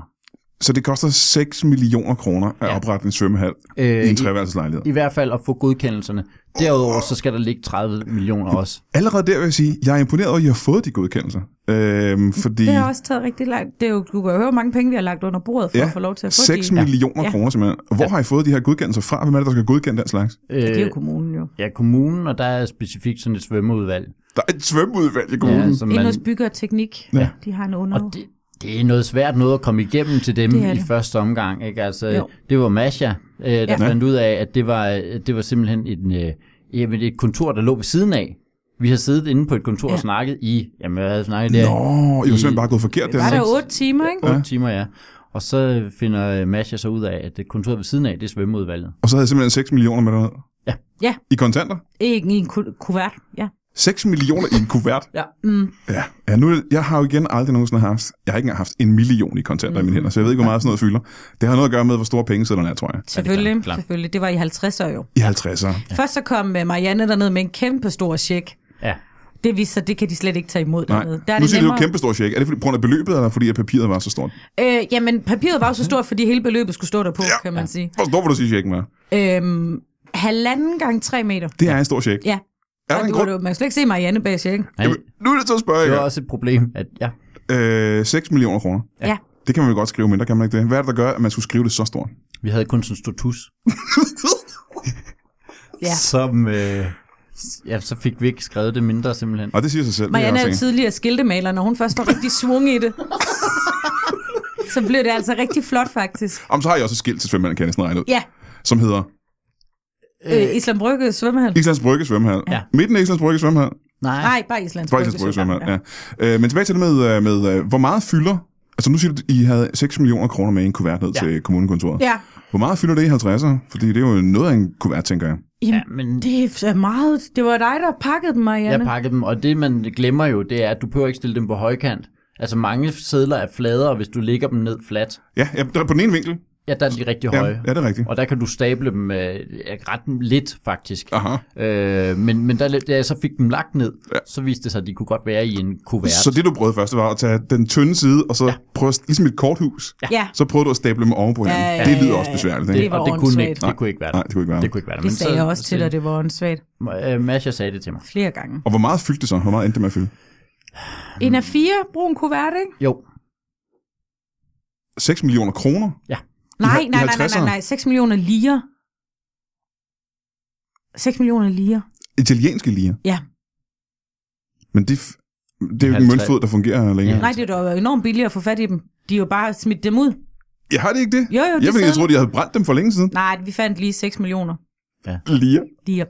[SPEAKER 1] Så det koster 6 millioner kroner at oprette en svømmehal øh, i en treværelseslejlighed.
[SPEAKER 3] I hvert fald at få godkendelserne. Derudover så skal der ligge 30 millioner også.
[SPEAKER 1] Allerede der vil jeg sige, jeg er imponeret over, at I har fået de godkendelser. Øhm, fordi
[SPEAKER 2] Det har også taget rigtig langt. Det er jo, du kan jo høre, hvor mange penge vi har lagt under bordet for ja, at få lov til at få
[SPEAKER 1] 6
[SPEAKER 2] de.
[SPEAKER 1] millioner
[SPEAKER 2] Ja.
[SPEAKER 1] kroner simpelthen. Hvor har I fået de her godkendelser fra? Hvem er det, der skal godkende den slags?
[SPEAKER 2] Det giver kommunen jo.
[SPEAKER 3] Øh, Ja, kommunen, og der er specifikt sådan et svømmeudvalg.
[SPEAKER 2] Mm.
[SPEAKER 1] Der er et svømmeudvalg i kommunen.
[SPEAKER 3] Ja,
[SPEAKER 1] Ja,
[SPEAKER 3] som
[SPEAKER 2] Ind
[SPEAKER 3] man,
[SPEAKER 2] hos Bygge og Teknik.
[SPEAKER 1] Ja.
[SPEAKER 2] Ja. De har en under.
[SPEAKER 3] og det, det er noget svært noget at komme igennem til dem
[SPEAKER 2] Det er
[SPEAKER 3] i
[SPEAKER 2] det.
[SPEAKER 3] første omgang. Ikke? Altså,
[SPEAKER 2] Jo.
[SPEAKER 3] det var Masha, øh, der
[SPEAKER 2] Ja.
[SPEAKER 3] ja. fandt ud af, at det var, at det var simpelthen en, øh, jamen, et kontor, der lå ved siden af. Vi har siddet inde på et kontor ja. og
[SPEAKER 2] Ja.
[SPEAKER 3] snakket i, jamen jeg havde snakket der
[SPEAKER 1] Nå,
[SPEAKER 3] i
[SPEAKER 1] I var simpelthen bare gået forkert der.
[SPEAKER 2] Var der 8 timer, ikke?
[SPEAKER 3] 8 timer, ja. Og så finder øh, Masha så ud af, at det kontoret ved siden af, det er svømmeudvalget.
[SPEAKER 1] Og så havde jeg simpelthen 6 millioner med derned.
[SPEAKER 3] Ja.
[SPEAKER 2] Ja.
[SPEAKER 1] I kontanter?
[SPEAKER 2] Ikke i en ku- kuvert. Ja.
[SPEAKER 1] 6 millioner i en kuvert?
[SPEAKER 3] Ja.
[SPEAKER 1] Mm. ja. ja nu, jeg har jo igen aldrig nogensinde haft, jeg har ikke engang haft en million i kontanter mm. i mine hænder, så jeg ved ikke, hvor meget sådan noget fylder. Det har noget at gøre med, hvor store pengesedlerne er, tror jeg.
[SPEAKER 2] Selvfølgelig, det
[SPEAKER 3] klart.
[SPEAKER 2] selvfølgelig. Det var i 50'er jo.
[SPEAKER 1] I 50'ere.
[SPEAKER 2] Ja. Først så kom øh, Marianne derned med en kæmpe stor check.
[SPEAKER 3] Ja.
[SPEAKER 2] Det viste sig, det kan de slet ikke tage imod
[SPEAKER 1] Nej.
[SPEAKER 2] dernede.
[SPEAKER 1] nu siger du kæmpe stor check. Er det fordi, på grund af beløbet, eller fordi at papiret var så stort?
[SPEAKER 2] Øh, jamen, papiret var jo så stort, fordi hele beløbet skulle stå der på,
[SPEAKER 1] Mhm. Ja.
[SPEAKER 2] ja. kan man sige.
[SPEAKER 1] Hvor stor vil du sige, checken var?
[SPEAKER 2] Øhm, halvanden gang tre meter.
[SPEAKER 1] Det er en stor check.
[SPEAKER 2] Ja.
[SPEAKER 1] Er der
[SPEAKER 2] Og
[SPEAKER 1] en
[SPEAKER 2] du,
[SPEAKER 1] grund?
[SPEAKER 2] du, man kan slet ikke se Marianne bag checken.
[SPEAKER 3] Nej,
[SPEAKER 1] Jamen, nu er det til at spørge
[SPEAKER 3] det var
[SPEAKER 1] jer.
[SPEAKER 3] også et problem, at ja.
[SPEAKER 1] Øh, 6 millioner kroner.
[SPEAKER 2] Ja. ja.
[SPEAKER 1] Det kan man jo godt skrive mindre, kan man ikke det? Hvad er det, der gør, at man skulle skrive det så stort?
[SPEAKER 3] Vi havde kun sådan en stotus,
[SPEAKER 2] ja.
[SPEAKER 3] som... Øh, ja, så fik vi ikke skrevet det mindre simpelthen.
[SPEAKER 1] Og det siger sig selv. det kan jeg
[SPEAKER 2] Marianne altså- er
[SPEAKER 1] godt
[SPEAKER 2] jo
[SPEAKER 1] se.
[SPEAKER 2] tidligere skiltemaler, når hun først får rigtig svung i det. så blev det altså rigtig flot, faktisk.
[SPEAKER 1] Om så har jeg også et skilt til svømmehallen, kan jeg næsten regne ud,
[SPEAKER 2] Ja,
[SPEAKER 1] som hedder
[SPEAKER 2] øh, Island Brygge svømmehal.
[SPEAKER 1] Islands Brygge Svømmehal.
[SPEAKER 3] Ja.
[SPEAKER 1] Midten af Islands Brygge Svømmehal.
[SPEAKER 3] Nej,
[SPEAKER 2] Nej, bare Islands
[SPEAKER 1] Bare Islands Brygge Svømmehal, ja. ja. Øh, men tilbage til det med, øh, med øh, hvor meget fylder... Altså nu siger du, at I havde 6 millioner kroner med i en kuvert ned ja.
[SPEAKER 3] Ja.
[SPEAKER 1] til kommunekontoret.
[SPEAKER 2] Ja,
[SPEAKER 1] Hvor meget fylder det i 50'er? Fordi det er jo noget af en kuvert, tænker jeg.
[SPEAKER 2] Jamen,
[SPEAKER 3] Ja, men
[SPEAKER 2] det er meget... Det var dig, der pakkede dem,
[SPEAKER 3] jeg
[SPEAKER 2] Marianne.
[SPEAKER 3] pakkede dem, og det man glemmer jo, det er, at du behøver ikke stille dem på højkant. Altså mange sædler er fladere, hvis du ligger dem ned fladt.
[SPEAKER 1] Ja, ja der er på den ene vinkel.
[SPEAKER 3] Ja, der er de rigtig
[SPEAKER 1] Ja,
[SPEAKER 3] høje.
[SPEAKER 1] ja, det er rigtigt.
[SPEAKER 3] Og der kan du stable dem øh, ret lidt, faktisk.
[SPEAKER 1] Aha.
[SPEAKER 3] Øh, men men der, da jeg så fik dem lagt ned,
[SPEAKER 1] Ja.
[SPEAKER 3] ja. så viste det sig, at de kunne godt være i en kuvert.
[SPEAKER 1] Så det, du prøvede først, det var at tage den tynde side, og så ja. prøve, at- ligesom et korthus, ja.
[SPEAKER 2] Ja,
[SPEAKER 1] så prøvede du at stable dem oven på
[SPEAKER 2] Ja,
[SPEAKER 1] hinanden.
[SPEAKER 2] ja,
[SPEAKER 1] det lyder
[SPEAKER 2] ja,
[SPEAKER 1] også
[SPEAKER 2] ja.
[SPEAKER 1] besværligt,
[SPEAKER 2] Det
[SPEAKER 1] ikke?
[SPEAKER 2] var
[SPEAKER 3] og det kunne,
[SPEAKER 2] åndssvagt.
[SPEAKER 3] ikke, det kunne ikke være der.
[SPEAKER 1] Nej, det kunne ikke være
[SPEAKER 3] Det
[SPEAKER 1] det.
[SPEAKER 3] kunne ikke være der.
[SPEAKER 2] det
[SPEAKER 3] men
[SPEAKER 2] sagde
[SPEAKER 3] så-
[SPEAKER 2] jeg også til dig, det var åndssvagt.
[SPEAKER 3] Øh, Masha sagde det til mig.
[SPEAKER 2] Flere gange.
[SPEAKER 1] Og hvor meget fyldte det så? Hvor meget endte det med at fylde?
[SPEAKER 2] En af fire brun kuvert, ikke?
[SPEAKER 3] Jo,
[SPEAKER 1] 6 millioner kroner?
[SPEAKER 2] Nej,
[SPEAKER 1] I
[SPEAKER 2] nej, nej, nej,
[SPEAKER 1] 50'erne?
[SPEAKER 2] nej, nej. 6 millioner lire. 6 millioner lire.
[SPEAKER 1] Italienske lige.
[SPEAKER 2] Ja.
[SPEAKER 1] Men det, f- det er jo en
[SPEAKER 3] 50.
[SPEAKER 1] møntfod, der fungerer længere.
[SPEAKER 3] Ja.
[SPEAKER 1] Ja.
[SPEAKER 2] Nej, det er jo enormt billigt at få fat i dem. De er jo bare smidt dem ud.
[SPEAKER 1] Jeg har det ikke det?
[SPEAKER 2] Jo, jo,
[SPEAKER 1] jeg,
[SPEAKER 2] det
[SPEAKER 1] ved, jeg
[SPEAKER 2] sad-
[SPEAKER 1] troede, de havde brændt dem for længe siden.
[SPEAKER 2] Nej, vi fandt lige 6 millioner
[SPEAKER 1] Lige.
[SPEAKER 2] lire.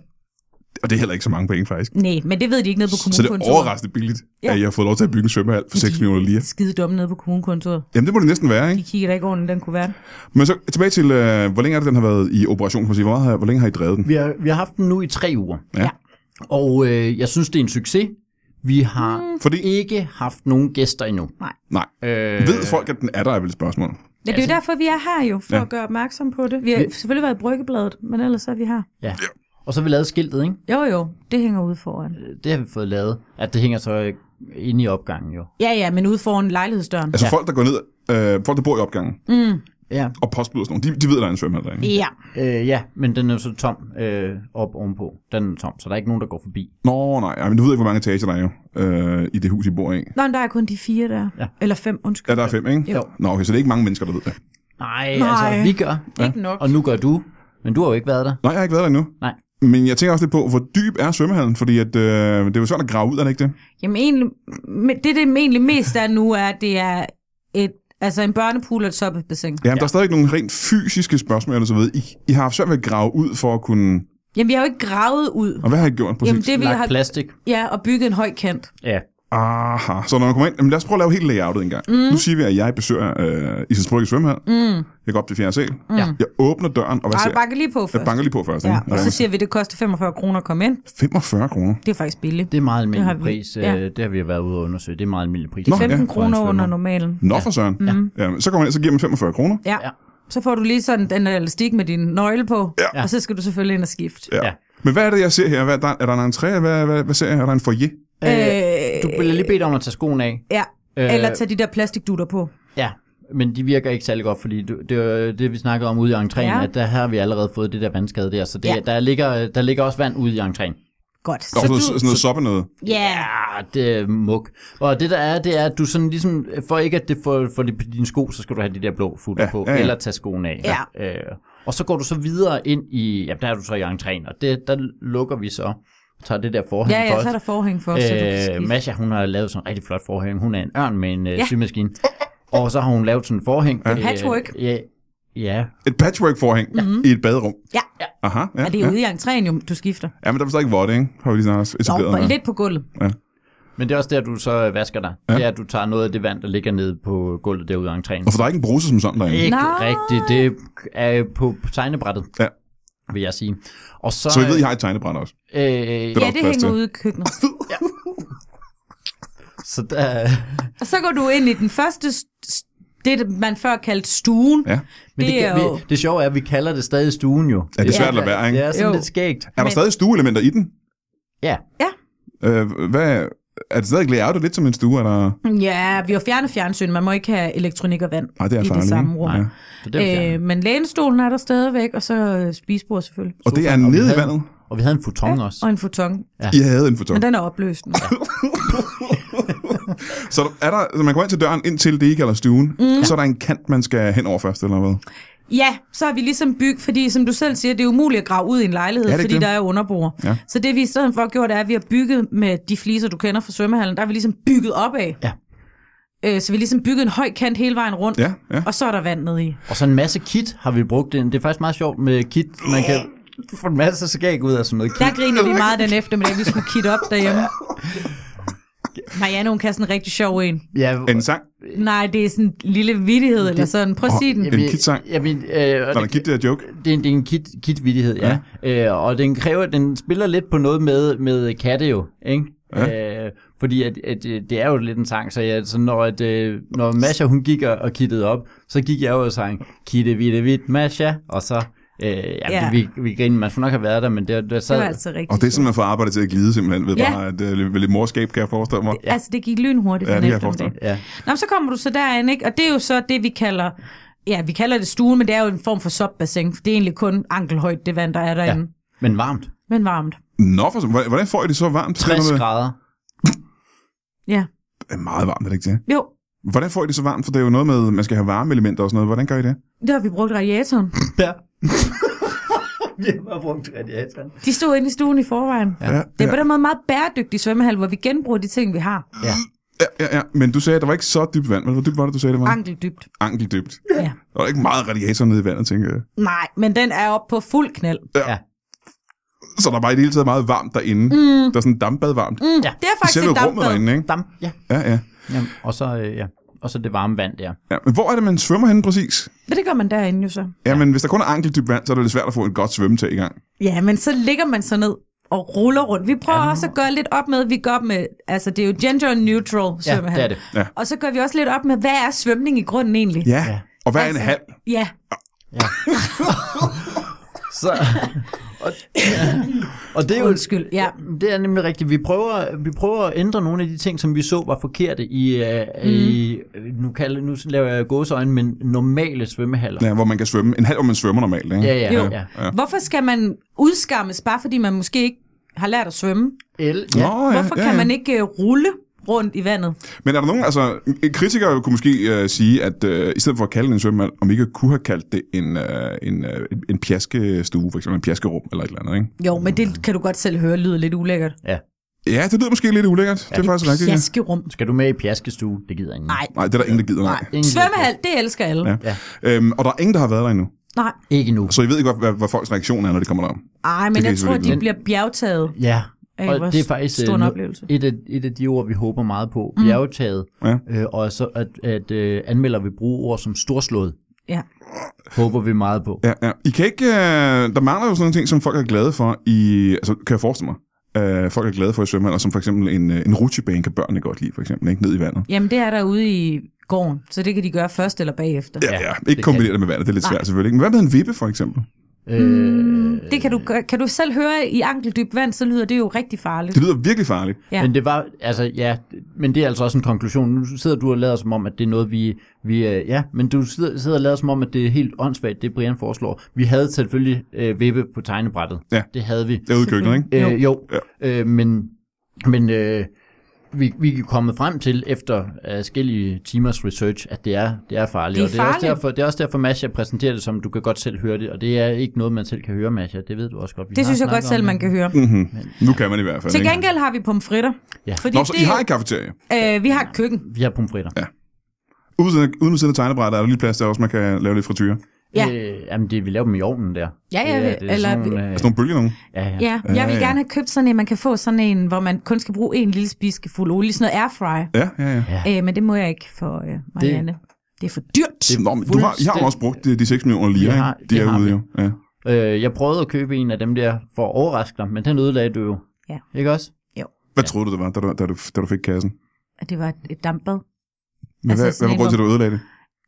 [SPEAKER 1] Og det er heller ikke så mange penge, faktisk.
[SPEAKER 2] Nej, men det ved de ikke nede på
[SPEAKER 1] Så det er
[SPEAKER 2] kommunekontoret.
[SPEAKER 1] overraskende billigt,
[SPEAKER 2] Ja.
[SPEAKER 1] at jeg har fået lov til at bygge en svømmehal for 6 millioner lige.
[SPEAKER 2] Skide dumme nede på kommunekontoret.
[SPEAKER 1] Jamen, det må det næsten være,
[SPEAKER 2] De
[SPEAKER 1] ikke?
[SPEAKER 2] kigger da ikke ordentligt, den kuvert.
[SPEAKER 1] Men så tilbage til, øh, hvor længe er det, den har været i operation? kan man sige? Hvor, meget har, hvor længe har I drevet den?
[SPEAKER 3] vi har, vi har haft dem nu i tre uger.
[SPEAKER 1] Ja.
[SPEAKER 3] Og øh, jeg synes, det er en succes. Vi har
[SPEAKER 2] Mm.
[SPEAKER 1] Fordi,
[SPEAKER 3] ikke haft nogen gæster endnu.
[SPEAKER 1] nej,
[SPEAKER 3] Øh,
[SPEAKER 1] ved folk, at den er der, er vel et spørgsmål.
[SPEAKER 2] Ja, det er jo derfor, vi er her jo, for
[SPEAKER 1] altså- Ja.
[SPEAKER 2] ja. at gøre opmærksom på det. Vi har selvfølgelig været i bryggebladet, men ellers er vi her.
[SPEAKER 3] Ja. Og så har vi lavet skiltet, ikke?
[SPEAKER 2] Jo, jo, det hænger ude foran.
[SPEAKER 3] Det har vi fået lavet. At det hænger så øh, inde i opgangen jo.
[SPEAKER 2] Ja, ja, men ude foran lejlighedsdøren.
[SPEAKER 1] Altså ja.
[SPEAKER 3] Ja.
[SPEAKER 1] folk, der går ned, øh, folk, der bor i opgangen,
[SPEAKER 3] Ja.
[SPEAKER 1] og postbyder sådan nogle, de, de ved, at der er en svømmehal derinde.
[SPEAKER 2] Ja,
[SPEAKER 3] Øh, ja, men den er jo så tom øh, op ovenpå. Den er tom, så der er ikke nogen, der går forbi.
[SPEAKER 1] Nå, nej, ej, men du ved ikke, hvor mange etager der er jo, øh, i det hus, I bor i.
[SPEAKER 2] Nå, men der er kun de fire der.
[SPEAKER 3] Ja.
[SPEAKER 2] Eller fem, undskyld.
[SPEAKER 1] Ja, der er fem, ikke?
[SPEAKER 3] Jo.
[SPEAKER 1] Nå, okay, så det er ikke mange mennesker, der ved det.
[SPEAKER 3] Nej,
[SPEAKER 2] Nej.
[SPEAKER 3] altså vi gør.
[SPEAKER 2] Ja. Ikke nok.
[SPEAKER 3] Og nu gør du. Men du har jo ikke været der.
[SPEAKER 1] Nej, jeg har ikke været der endnu.
[SPEAKER 3] Nej.
[SPEAKER 1] Men jeg tænker også lidt på, hvor dyb er svømmehallen? Fordi at, øh, det er jo svært at grave ud, er det ikke det?
[SPEAKER 2] Jamen egentlig, men det det egentlig mest er nu, er, at det er et, altså en børnepool og et soppebassin.
[SPEAKER 1] Jamen, ja. der er stadig nogle rent fysiske spørgsmål, eller så ved. I, I har haft svært ved at grave ud for at kunne...
[SPEAKER 2] Jamen vi har jo ikke gravet ud.
[SPEAKER 1] Og hvad har I gjort præcis?
[SPEAKER 2] Jamen det vi
[SPEAKER 3] Lagt
[SPEAKER 2] har,
[SPEAKER 3] plastik.
[SPEAKER 2] ja, og bygget en høj kant.
[SPEAKER 3] Ja.
[SPEAKER 1] Aha. Så når man kommer ind... Jamen, lad os prøve at lave hele layoutet en gang. Mm. Nu siger vi, at jeg besøger øh, Islands Brygge svømmehal. Mm. Jeg går op til fjerde sal. Mm. Jeg åbner døren, og hvad
[SPEAKER 2] Nej,
[SPEAKER 1] ser
[SPEAKER 2] du banker lige på
[SPEAKER 1] jeg?
[SPEAKER 2] først.
[SPEAKER 1] banker lige på først.
[SPEAKER 2] Ja,
[SPEAKER 1] Ikke?
[SPEAKER 2] og så siger vi, at det koster 45 kroner at komme ind.
[SPEAKER 1] 45 kroner.
[SPEAKER 2] Det er faktisk billigt.
[SPEAKER 3] Det er meget
[SPEAKER 2] har
[SPEAKER 3] almindelig
[SPEAKER 2] vi.
[SPEAKER 3] pris.
[SPEAKER 2] Ja.
[SPEAKER 3] Ja. Det har vi været ude og undersøge. Det er meget almindelig pris.
[SPEAKER 1] Nå, ja.
[SPEAKER 2] 15
[SPEAKER 1] for en
[SPEAKER 2] kroner under
[SPEAKER 3] svømmer.
[SPEAKER 2] normalen.
[SPEAKER 1] Nå for søren. Ja. Jamen, så kommer man ind, så giver man 45 kroner.
[SPEAKER 2] Ja.
[SPEAKER 3] Ja.
[SPEAKER 2] ja. Så får du lige sådan den elastik med din nøgle på,
[SPEAKER 1] Ja.
[SPEAKER 2] ja. og så skal du selvfølgelig ind og skifte.
[SPEAKER 1] Ja.
[SPEAKER 3] Ja.
[SPEAKER 1] Men hvad er det, jeg ser her? Hvad, er, der, er der en entré? Hvad, hvad, hvad ser jeg? Er der en foyer?
[SPEAKER 3] Øh, du bliver lige bedt om at tage skoen af.
[SPEAKER 2] Øh, ja.
[SPEAKER 3] Øh,
[SPEAKER 2] Eller tage de der plastikdutter på.
[SPEAKER 3] Ja. Men de virker ikke særlig godt, fordi det, det, var det vi snakkede om ude i entréen, ja.
[SPEAKER 2] Ja.
[SPEAKER 3] at der har vi allerede fået det der vandskade der, så det, ja.
[SPEAKER 2] Ja.
[SPEAKER 3] der, ligger, der ligger også vand ude i entréen.
[SPEAKER 2] Godt.
[SPEAKER 1] Der er sådan noget, sådan noget soppe noget.
[SPEAKER 2] Ja,
[SPEAKER 3] Ja, Ah, det er muk. Og det der er, det er, at du sådan ligesom, for ikke at det får for det på dine sko, så skal du have de der blå futter
[SPEAKER 1] Ja,
[SPEAKER 3] ja, på,
[SPEAKER 1] ja,
[SPEAKER 3] ja,
[SPEAKER 1] ja.
[SPEAKER 3] ja. eller tage skoen af.
[SPEAKER 2] Ja.
[SPEAKER 3] Øh, og så går du så videre ind i, ja, der er du så i entréen, og det, der lukker vi så, tager det der forhæng
[SPEAKER 2] ja, ja,
[SPEAKER 3] for
[SPEAKER 2] så er der forhæng for, så du kan
[SPEAKER 3] Øh,
[SPEAKER 2] skifte.
[SPEAKER 3] Masha, hun har lavet sådan en rigtig flot forhæng. Hun er en ørn med en øh,
[SPEAKER 2] Ja.
[SPEAKER 3] symaskine. Og så har hun lavet sådan en forhæng. Ja.
[SPEAKER 2] Patchwork.
[SPEAKER 3] Ja, ja.
[SPEAKER 1] Et patchwork-forhæng mm-hmm. i et baderum.
[SPEAKER 2] Ja.
[SPEAKER 1] Aha, ja,
[SPEAKER 2] Og det er
[SPEAKER 1] ja.
[SPEAKER 2] ude i entréen, jo, du skifter.
[SPEAKER 1] ja men der var stadig vådt, ikke? Har vi lige snart også
[SPEAKER 2] Nå,
[SPEAKER 1] etableret.
[SPEAKER 2] bare
[SPEAKER 1] med.
[SPEAKER 2] lidt på gulvet.
[SPEAKER 3] Men det er også der, du så øh, vasker dig. Ja. Det er, at du tager noget af det vand, der ligger nede på gulvet derude i entréen.
[SPEAKER 1] Og for der er ikke en bruse som sådan derinde.
[SPEAKER 3] Ikke
[SPEAKER 2] Nej.
[SPEAKER 3] rigtigt. Det er på tegnebrættet,
[SPEAKER 1] Ja.
[SPEAKER 3] vil jeg sige. Og så,
[SPEAKER 1] Så I ved, I har et tegnebræt også.
[SPEAKER 3] øh,
[SPEAKER 1] Det er
[SPEAKER 2] Ja,
[SPEAKER 1] der
[SPEAKER 2] det
[SPEAKER 1] også plads
[SPEAKER 2] hænger
[SPEAKER 1] til.
[SPEAKER 2] ude i køkkenet.
[SPEAKER 3] så der,
[SPEAKER 2] Og så går du ind i den første, st- st- det man før kaldte stuen.
[SPEAKER 1] Ja.
[SPEAKER 3] men det,
[SPEAKER 2] Det er jo-
[SPEAKER 3] det, det sjove er, at vi kalder det stadig stuen jo.
[SPEAKER 1] Ja, det er svært at lade være, ikke?
[SPEAKER 3] Det er sådan
[SPEAKER 2] Jo.
[SPEAKER 3] lidt skægt.
[SPEAKER 1] Er der
[SPEAKER 2] Men-
[SPEAKER 1] stadig stueelementer i den?
[SPEAKER 3] Ja,
[SPEAKER 1] Øh, hvad, er det stadig layout lidt som en stue? Eller?
[SPEAKER 2] Ja, vi har fjernet fjernsyn. Man må ikke have elektronik og vand
[SPEAKER 1] Nej, det er
[SPEAKER 2] i
[SPEAKER 1] farligt.
[SPEAKER 2] det samme rum.
[SPEAKER 1] Ja.
[SPEAKER 3] så det er vi
[SPEAKER 2] øh, men lænestolen er der stadigvæk, og så øh, spisebord selvfølgelig.
[SPEAKER 1] Og det er
[SPEAKER 3] Og vi
[SPEAKER 1] nede i
[SPEAKER 3] havde-
[SPEAKER 1] vandet.
[SPEAKER 3] Og vi havde en futon ja. også.
[SPEAKER 2] Og en futon.
[SPEAKER 1] I havde en fortog.
[SPEAKER 2] Men den er opløst nu.
[SPEAKER 1] Så der- er der, når man går ind til døren, ind til det, I kalder stuen, mm. så er der en kant, man skal hen over først, eller hvad?
[SPEAKER 2] Ja, så har vi ligesom bygget, fordi som du selv siger, det er umuligt at grave ud i en lejlighed,
[SPEAKER 1] Ja, det er
[SPEAKER 2] fordi
[SPEAKER 1] det.
[SPEAKER 2] der er underbord.
[SPEAKER 1] Ja.
[SPEAKER 2] Så det vi i stedet for har gjort, er, at vi har bygget med de fliser, du kender fra svømmehallen, der har vi ligesom bygget opad.
[SPEAKER 3] Ja.
[SPEAKER 2] Øh, så vi har ligesom bygget en høj kant hele vejen rundt,
[SPEAKER 1] Ja, ja.
[SPEAKER 2] og så er der vand nede i.
[SPEAKER 3] Og så en masse kit har vi brugt ind. Det er faktisk meget sjovt med kit. Man kan få en masse skæg ud af sådan noget
[SPEAKER 2] Der
[SPEAKER 3] kit.
[SPEAKER 2] griner vi meget den eftermiddag, vi skulle kigge op derhjemme. Marianne, hun kan sådan en rigtig sjov en.
[SPEAKER 3] Ja,
[SPEAKER 1] En sang.
[SPEAKER 2] Nej, det er sådan en lille vittighed eller sådan. Prøv at sige den.
[SPEAKER 1] en kitsang.
[SPEAKER 3] Jamen, øh, og
[SPEAKER 1] Der er en
[SPEAKER 3] det,
[SPEAKER 1] kit, der joke.
[SPEAKER 3] det, er en- det er en kit, kitvidighed, ja. ja. Øh, og den kræver, den spiller lidt på noget med, med katte jo, ikke? Ja. Øh, fordi at, at, øh, det er jo lidt en sang, så, jeg, så når, at, øh, når Masha hun gik og, og kittede op, så gik jeg jo og sang, kitte, vitte, vidt, Masha, og så, øh, ja,
[SPEAKER 2] Ja.
[SPEAKER 3] ja. vi, vi griner, man skulle nok have været der, men det, der
[SPEAKER 2] Det
[SPEAKER 3] sad,
[SPEAKER 2] var altså rigtigt.
[SPEAKER 1] Og det er sådan, man får arbejdet til at glide simpelthen, ved
[SPEAKER 2] Ja.
[SPEAKER 1] bare at øh, lidt- lidt morskab, kan jeg forestille mig.
[SPEAKER 2] Ja. Altså, det gik lynhurtigt
[SPEAKER 1] Ja,
[SPEAKER 2] ja,
[SPEAKER 1] det
[SPEAKER 2] den
[SPEAKER 1] kan jeg
[SPEAKER 2] eftermiddag.
[SPEAKER 1] forestille
[SPEAKER 3] ja.
[SPEAKER 2] Nå, men så kommer du så derind, ikke? Og det er jo så det, vi kalder... Ja, vi kalder det stuen, men det er jo en form for subbassin. For det er egentlig kun ankelhøjt, det vand, der er derinde. Ja.
[SPEAKER 3] men varmt.
[SPEAKER 2] Men varmt.
[SPEAKER 1] Nå, for, hvordan får I det så varmt?
[SPEAKER 3] 60 grader.
[SPEAKER 2] Ja.
[SPEAKER 1] Det er meget varmt, er det ikke det?
[SPEAKER 2] Jo,
[SPEAKER 1] Hvordan får I det så varmt? For det er jo noget med, man skal have varme elementer og sådan noget. Hvordan gør I det?
[SPEAKER 2] der har vi brugt radiatoren.
[SPEAKER 3] Ja. vi har bare brugt radiatoren.
[SPEAKER 2] De stod inde i stuen i forvejen. Ja.
[SPEAKER 1] Ja,
[SPEAKER 2] Det er
[SPEAKER 1] ja,
[SPEAKER 2] på den måde meget bæredygtig svømmehal, hvor vi genbruger de ting, vi har.
[SPEAKER 3] Ja.
[SPEAKER 1] ja, ja, ja. Men du sagde, at der var ikke så dybt vand. Hvor dybt var det, du sagde, det var?
[SPEAKER 2] Ankeldybt.
[SPEAKER 1] Ankeldybt.
[SPEAKER 2] Ja.
[SPEAKER 1] Der var ikke meget radiator nede i vandet, tænker jeg.
[SPEAKER 2] Nej, men den er oppe på fuld knald.
[SPEAKER 1] Så der var i det hele taget meget varmt derinde. Mm. Der er sådan dampbad varmt. Mm.
[SPEAKER 2] Det er faktisk
[SPEAKER 1] Selve
[SPEAKER 2] et
[SPEAKER 1] rummet
[SPEAKER 2] dampbad.
[SPEAKER 1] derinde, ikke?
[SPEAKER 3] Damp, ja.
[SPEAKER 1] Ja, ja.
[SPEAKER 3] Jamen, og, så, øh, ja. og så det varme vand der.
[SPEAKER 1] ja. Men hvor er det, man svømmer henne præcis?
[SPEAKER 2] Men det gør man derinde jo så.
[SPEAKER 1] Ja, men hvis der kun er ankeldybt vand, så er det lidt svært at få et godt svømmetag i gang.
[SPEAKER 2] Ja, men så ligger man så ned og ruller rundt. Vi prøver ja. også at gøre lidt op med, vi går op med, altså det er jo gender neutral
[SPEAKER 3] Ja,
[SPEAKER 2] svømmehal.
[SPEAKER 3] det er det.
[SPEAKER 1] Ja.
[SPEAKER 2] Og så gør vi også lidt op med, hvad er svømning i grunden egentlig?
[SPEAKER 1] Ja. ja. Og hvad er en
[SPEAKER 2] Altså-
[SPEAKER 1] halv?
[SPEAKER 2] ja.
[SPEAKER 3] Så, og, og det er jo...
[SPEAKER 2] undskyld. Ja.
[SPEAKER 3] Det er nemlig rigtigt. Vi prøver, vi prøver at ændre nogle af de ting, som vi så var forkerte i, øh, mm. i øh,
[SPEAKER 2] Mhm.
[SPEAKER 3] nu, kalder, nu laver jeg gåseøjne, men normale svømmehaller.
[SPEAKER 1] Ja, hvor man kan svømme. En halv, hvor man svømmer normalt, ikke?
[SPEAKER 3] Ja, ja,
[SPEAKER 2] Jo.
[SPEAKER 3] ja.
[SPEAKER 1] Ja.
[SPEAKER 2] Hvorfor skal man udskammes, bare fordi man måske ikke har lært at svømme?
[SPEAKER 3] El,
[SPEAKER 1] Nå,
[SPEAKER 3] ja.
[SPEAKER 1] ja,
[SPEAKER 2] Hvorfor
[SPEAKER 1] ja,
[SPEAKER 2] kan
[SPEAKER 1] ja.
[SPEAKER 2] man ikke øh, rulle rundt i vandet?
[SPEAKER 1] Men er der nogen, altså en kritiker kunne måske øh, sige, at øh, i stedet for at kalde det en svømmehal, om ikke kunne have kaldt det en, øh, en, øh, en- en pjaskestue, for eksempel en pjaskerum eller et eller andet, ikke?
[SPEAKER 2] Jo, men det kan du godt selv høre, lyder lidt ulækkert.
[SPEAKER 1] Ja, det lyder måske lidt ulækkert. Ja. Det er faktisk rigtigt. Ja.
[SPEAKER 2] Pjaskerum.
[SPEAKER 3] Skal du med i pjaskestue? Det gider ingen.
[SPEAKER 2] Nej.
[SPEAKER 1] Nej, det er der ingen, der gider, nej.
[SPEAKER 3] Ingen gider.
[SPEAKER 2] Svømmehal, det elsker alle.
[SPEAKER 1] Ja.
[SPEAKER 2] Ja.
[SPEAKER 1] Øhm, og der er ingen, der har været der endnu.
[SPEAKER 2] Nej,
[SPEAKER 3] Ikke nu.
[SPEAKER 1] Så I ved ikke, hvad, hvad, hvad folks reaktion er, når det kommer derom.
[SPEAKER 2] Ej,
[SPEAKER 1] Det
[SPEAKER 2] men
[SPEAKER 1] kan
[SPEAKER 2] jeg
[SPEAKER 1] I
[SPEAKER 2] tror,
[SPEAKER 1] selvfølgelig
[SPEAKER 2] de
[SPEAKER 1] ikke.
[SPEAKER 2] bliver bjergtaget.
[SPEAKER 3] Ja,
[SPEAKER 2] Ej, hvor
[SPEAKER 3] og det er faktisk øh,
[SPEAKER 2] stor en
[SPEAKER 3] no-
[SPEAKER 2] oplevelse. Mhm.
[SPEAKER 3] Et, af, et af de ord, vi håber meget på. Mm. Bjergetaget.
[SPEAKER 1] Ja.
[SPEAKER 3] Øh, og så at, at øh, anmelder vi bruge ord som storslået.
[SPEAKER 2] Ja.
[SPEAKER 3] Håber vi meget på.
[SPEAKER 1] Ja, ja. I kan ikke, øh, der mangler jo sådan nogle ting, som folk er glade for i, altså kan jeg forestille mig, øh, folk er glade for i svømmehaller, som for eksempel en, øh, en rutsjebane kan børnene godt lide, for eksempel, ikke? Ned i vandet.
[SPEAKER 2] Jamen, det er der ude i gården, så det kan de gøre først eller bagefter.
[SPEAKER 1] Ja,
[SPEAKER 3] Ja,
[SPEAKER 1] ja.
[SPEAKER 3] det
[SPEAKER 1] Ikke
[SPEAKER 3] kan
[SPEAKER 1] kombinere det med vandet, det er lidt
[SPEAKER 2] Nej.
[SPEAKER 1] svært selvfølgelig. ikke? Men hvad med en vippe, for eksempel?
[SPEAKER 3] Øh,
[SPEAKER 2] Mm, det kan du, gø- kan du selv høre i ankeldyb vand, så lyder det jo rigtig farligt.
[SPEAKER 1] Det lyder virkelig farligt.
[SPEAKER 2] Ja.
[SPEAKER 3] Men det var, altså ja, men det er altså også en konklusion. Nu sidder du og lader som om, at det er noget, vi, vi øh, ja, men du sidder, sidder og lader som om, at det er helt åndssvagt, det Brian foreslår. Vi havde selvfølgelig øh, vippe på tegnebrættet.
[SPEAKER 1] Ja.
[SPEAKER 3] Det havde vi.
[SPEAKER 1] Det er ude i køkkenet, ikke?
[SPEAKER 2] Jo.
[SPEAKER 3] Øh, jo,
[SPEAKER 1] Ja.
[SPEAKER 3] øh, men, men øh, vi, vi er kommet frem til efter øh, forskellige timers research, at det er, det er farligt.
[SPEAKER 2] Det er
[SPEAKER 3] og det er, også
[SPEAKER 2] farligt.
[SPEAKER 3] derfor, det er også derfor, Masha præsenterer det som, du kan godt selv høre det, og det er ikke noget, man selv kan høre, Masha. Det ved du også godt. Vi
[SPEAKER 2] Det
[SPEAKER 3] har
[SPEAKER 2] synes jeg godt
[SPEAKER 3] snakket om
[SPEAKER 2] selv,
[SPEAKER 3] det.
[SPEAKER 2] man kan høre.
[SPEAKER 1] Mm-hmm. Nu kan man i hvert fald.
[SPEAKER 2] Til
[SPEAKER 1] ikke?
[SPEAKER 2] gengæld har vi pomfritter.
[SPEAKER 3] Ja.
[SPEAKER 2] Fordi
[SPEAKER 1] Nå, så
[SPEAKER 2] det,
[SPEAKER 1] I
[SPEAKER 2] er
[SPEAKER 1] har
[SPEAKER 2] jo-
[SPEAKER 1] en kafeterie.
[SPEAKER 2] øh, vi har et køkken.
[SPEAKER 3] Vi har pomfritter.
[SPEAKER 1] Uden siden af- uden siden af tegnebrættet er der lige plads der også, man kan lave lidt frityre.
[SPEAKER 2] Ja.
[SPEAKER 3] Øh, jamen, det, vi laver dem i ovnen der.
[SPEAKER 2] Ja, ja,
[SPEAKER 3] det, er- det er
[SPEAKER 2] eller-
[SPEAKER 3] sådan nogle, øh,
[SPEAKER 1] Altså nogle bølger nogen.
[SPEAKER 3] ja, ja.
[SPEAKER 2] Ja, jeg vil
[SPEAKER 1] Ja, ja.
[SPEAKER 2] gerne have købt sådan en, man kan få sådan en, hvor man kun skal bruge en lille spiskefuld olie, sådan noget airfryer.
[SPEAKER 1] Ja, ja, ja.
[SPEAKER 2] Øh, men det må jeg ikke for øh, Marianne. Det, det er for dyrt.
[SPEAKER 3] Det-
[SPEAKER 1] Nå, men du har, I har jo også brugt de, de 6 millioner lire,
[SPEAKER 3] Vi har-
[SPEAKER 1] ikke? De
[SPEAKER 3] det
[SPEAKER 1] er
[SPEAKER 3] har
[SPEAKER 1] ude
[SPEAKER 3] vi.
[SPEAKER 1] jo. Ja.
[SPEAKER 3] Øh, jeg prøvede at købe en af dem der for at overraske dig, men den ødelagde du jo.
[SPEAKER 2] Ja.
[SPEAKER 3] Ikke også?
[SPEAKER 1] Hvad troede du, det var, da du, da du, da du fik kassen?
[SPEAKER 2] At det var et- et dampbad.
[SPEAKER 1] Men
[SPEAKER 2] Altså
[SPEAKER 1] hvad, hvad
[SPEAKER 2] sådan
[SPEAKER 1] var
[SPEAKER 2] en,
[SPEAKER 1] grunden til, at du ødelagde det?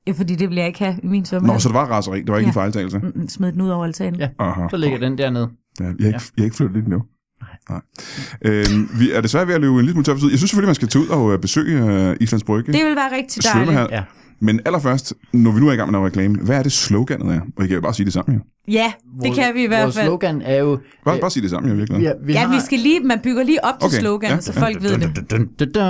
[SPEAKER 2] Ja, fordi det vil jeg ikke have i min
[SPEAKER 1] Nå,
[SPEAKER 2] svømmehal.
[SPEAKER 1] så det var raseri. Det var ikke
[SPEAKER 2] Ja.
[SPEAKER 1] en fejltagelse.
[SPEAKER 2] Mm, mm, Smid den ud over altanen.
[SPEAKER 3] Ja.
[SPEAKER 1] Aha.
[SPEAKER 3] Så ligger den dernede.
[SPEAKER 1] Ja, jeg, er ikke, jeg er ikke flyttet lidt endnu. Nej. Øhm, vi er desværre ved at løbe en lille smule tør for tid. Jeg synes selvfølgelig, man skal tage ud og øh, besøge øh, Islands Brygge.
[SPEAKER 2] Det vil være rigtig dejligt.
[SPEAKER 1] svømmehal.
[SPEAKER 3] Ja.
[SPEAKER 1] Men allerførst, når vi nu er i gang med noget reklame, hvad er det sloganet er? Og I kan jo bare sige det sammen, jo.
[SPEAKER 2] Ja, det
[SPEAKER 3] Vores-
[SPEAKER 2] kan vi i hvert
[SPEAKER 3] Vores
[SPEAKER 2] fald.
[SPEAKER 3] slogan er jo...
[SPEAKER 1] Bare, bare sige det sammen, jo, virkelig.
[SPEAKER 3] vi, vi
[SPEAKER 2] Øh, Ja, vi skal lige, man bygger lige op til
[SPEAKER 1] Okay,
[SPEAKER 2] okay. sloganet,
[SPEAKER 1] ja,
[SPEAKER 2] så
[SPEAKER 1] ja.
[SPEAKER 2] folk ved det.
[SPEAKER 3] Åh,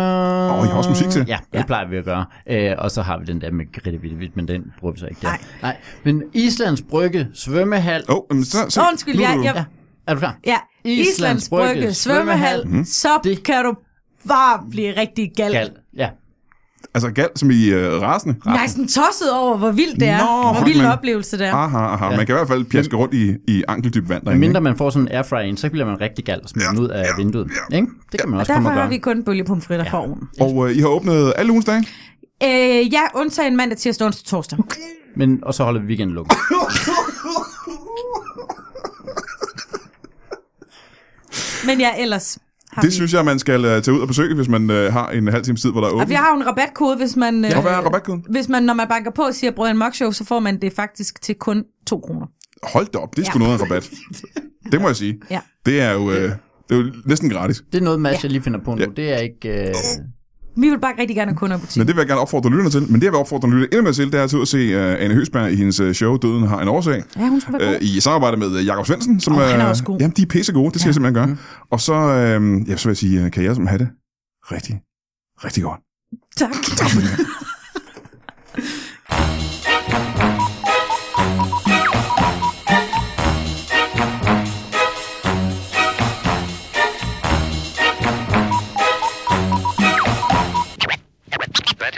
[SPEAKER 1] Åh, I har også musik til.
[SPEAKER 3] Ja, det
[SPEAKER 2] Ja.
[SPEAKER 3] plejer vi at gøre. Øh, og så har vi den der med kreditvidt, men den bruger vi så ikke der.
[SPEAKER 2] Nej.
[SPEAKER 3] Nej. Men Islands Brygge, svømmehal...
[SPEAKER 1] Åh, oh, så, så,
[SPEAKER 2] Undskyld,
[SPEAKER 1] nu er
[SPEAKER 2] jeg,
[SPEAKER 1] du-
[SPEAKER 2] jeg,
[SPEAKER 3] Ja, er du klar?
[SPEAKER 2] ja. Islands Brygge svømmehal,
[SPEAKER 1] Mhm.
[SPEAKER 2] så
[SPEAKER 3] Det-
[SPEAKER 2] kan du bare blive rigtig gal.
[SPEAKER 3] Gal. Ja.
[SPEAKER 1] Altså gal, som i øh, rasende?
[SPEAKER 2] Jeg er sådan tosset over, hvor vildt det er.
[SPEAKER 1] Nå,
[SPEAKER 2] hvor vild en
[SPEAKER 1] men- Ah,
[SPEAKER 2] oplevelse det er.
[SPEAKER 1] Aha, aha. Ja. Man kan i hvert fald pjaske rundt i, i ankeldyb vand derinde.
[SPEAKER 3] Mindre man får sådan en airfryer ind, så bliver man rigtig gal og smidt
[SPEAKER 1] Ja,
[SPEAKER 3] ja, ud af
[SPEAKER 1] ja,
[SPEAKER 3] vinduet.
[SPEAKER 1] ja.
[SPEAKER 3] Ja. Ikke? Det kan man også
[SPEAKER 2] Derfor
[SPEAKER 3] komme og
[SPEAKER 2] har
[SPEAKER 3] gøre.
[SPEAKER 2] vi kun bølgepomfritter ja. for oven.
[SPEAKER 1] ikke? Og øh, I har åbnet alle ugens dage?
[SPEAKER 2] Øh, ja, undtagen mandag, tirsdag, onsdag, torsdag.
[SPEAKER 3] Men, og så holder vi weekenden lukket.
[SPEAKER 2] Men ja, ellers. Har
[SPEAKER 1] Det
[SPEAKER 2] vi-
[SPEAKER 1] synes jeg, man skal øh, tage ud og besøge, hvis man øh, har en halv times tid, hvor der er
[SPEAKER 2] Og vi
[SPEAKER 1] åbent.
[SPEAKER 2] har jo en rabatkode, hvis man... øh,
[SPEAKER 1] Og hvad er rabatkoden?
[SPEAKER 2] Hvis man, når man banker på, siger Brød en Mok Show, så får man det faktisk til kun 2 kroner.
[SPEAKER 1] Hold da op, det er sgu
[SPEAKER 2] Ja.
[SPEAKER 1] noget af en rabat. Det må jeg sige.
[SPEAKER 2] Ja.
[SPEAKER 1] Det er jo, øh, det er jo næsten gratis.
[SPEAKER 3] Det er noget, Mads, jeg lige finder på nu. Det er ikke... Øh,
[SPEAKER 2] Vi vil bare rigtig gerne have kunder i
[SPEAKER 1] Men
[SPEAKER 2] butikken.
[SPEAKER 1] det vil jeg gerne opfordre lytterne til. Men det, jeg vil opfordre lytterne endnu mere til, det er at tage ud og se øh, Anne Høsberg i hendes øh, show Døden har en årsag.
[SPEAKER 2] Ja, hun skulle være god.
[SPEAKER 1] øh, I samarbejde med øh, Jakob Svendsen. Som,
[SPEAKER 2] Åh, han er
[SPEAKER 1] øh,
[SPEAKER 2] også god.
[SPEAKER 1] Jamen, de er pisse gode, det skal ja. jeg simpelthen gøre. Mm. Og så, øh, ja, så vil jeg sige, øh, kan jeg som have det rigtig, rigtig godt.
[SPEAKER 2] Tak.
[SPEAKER 4] That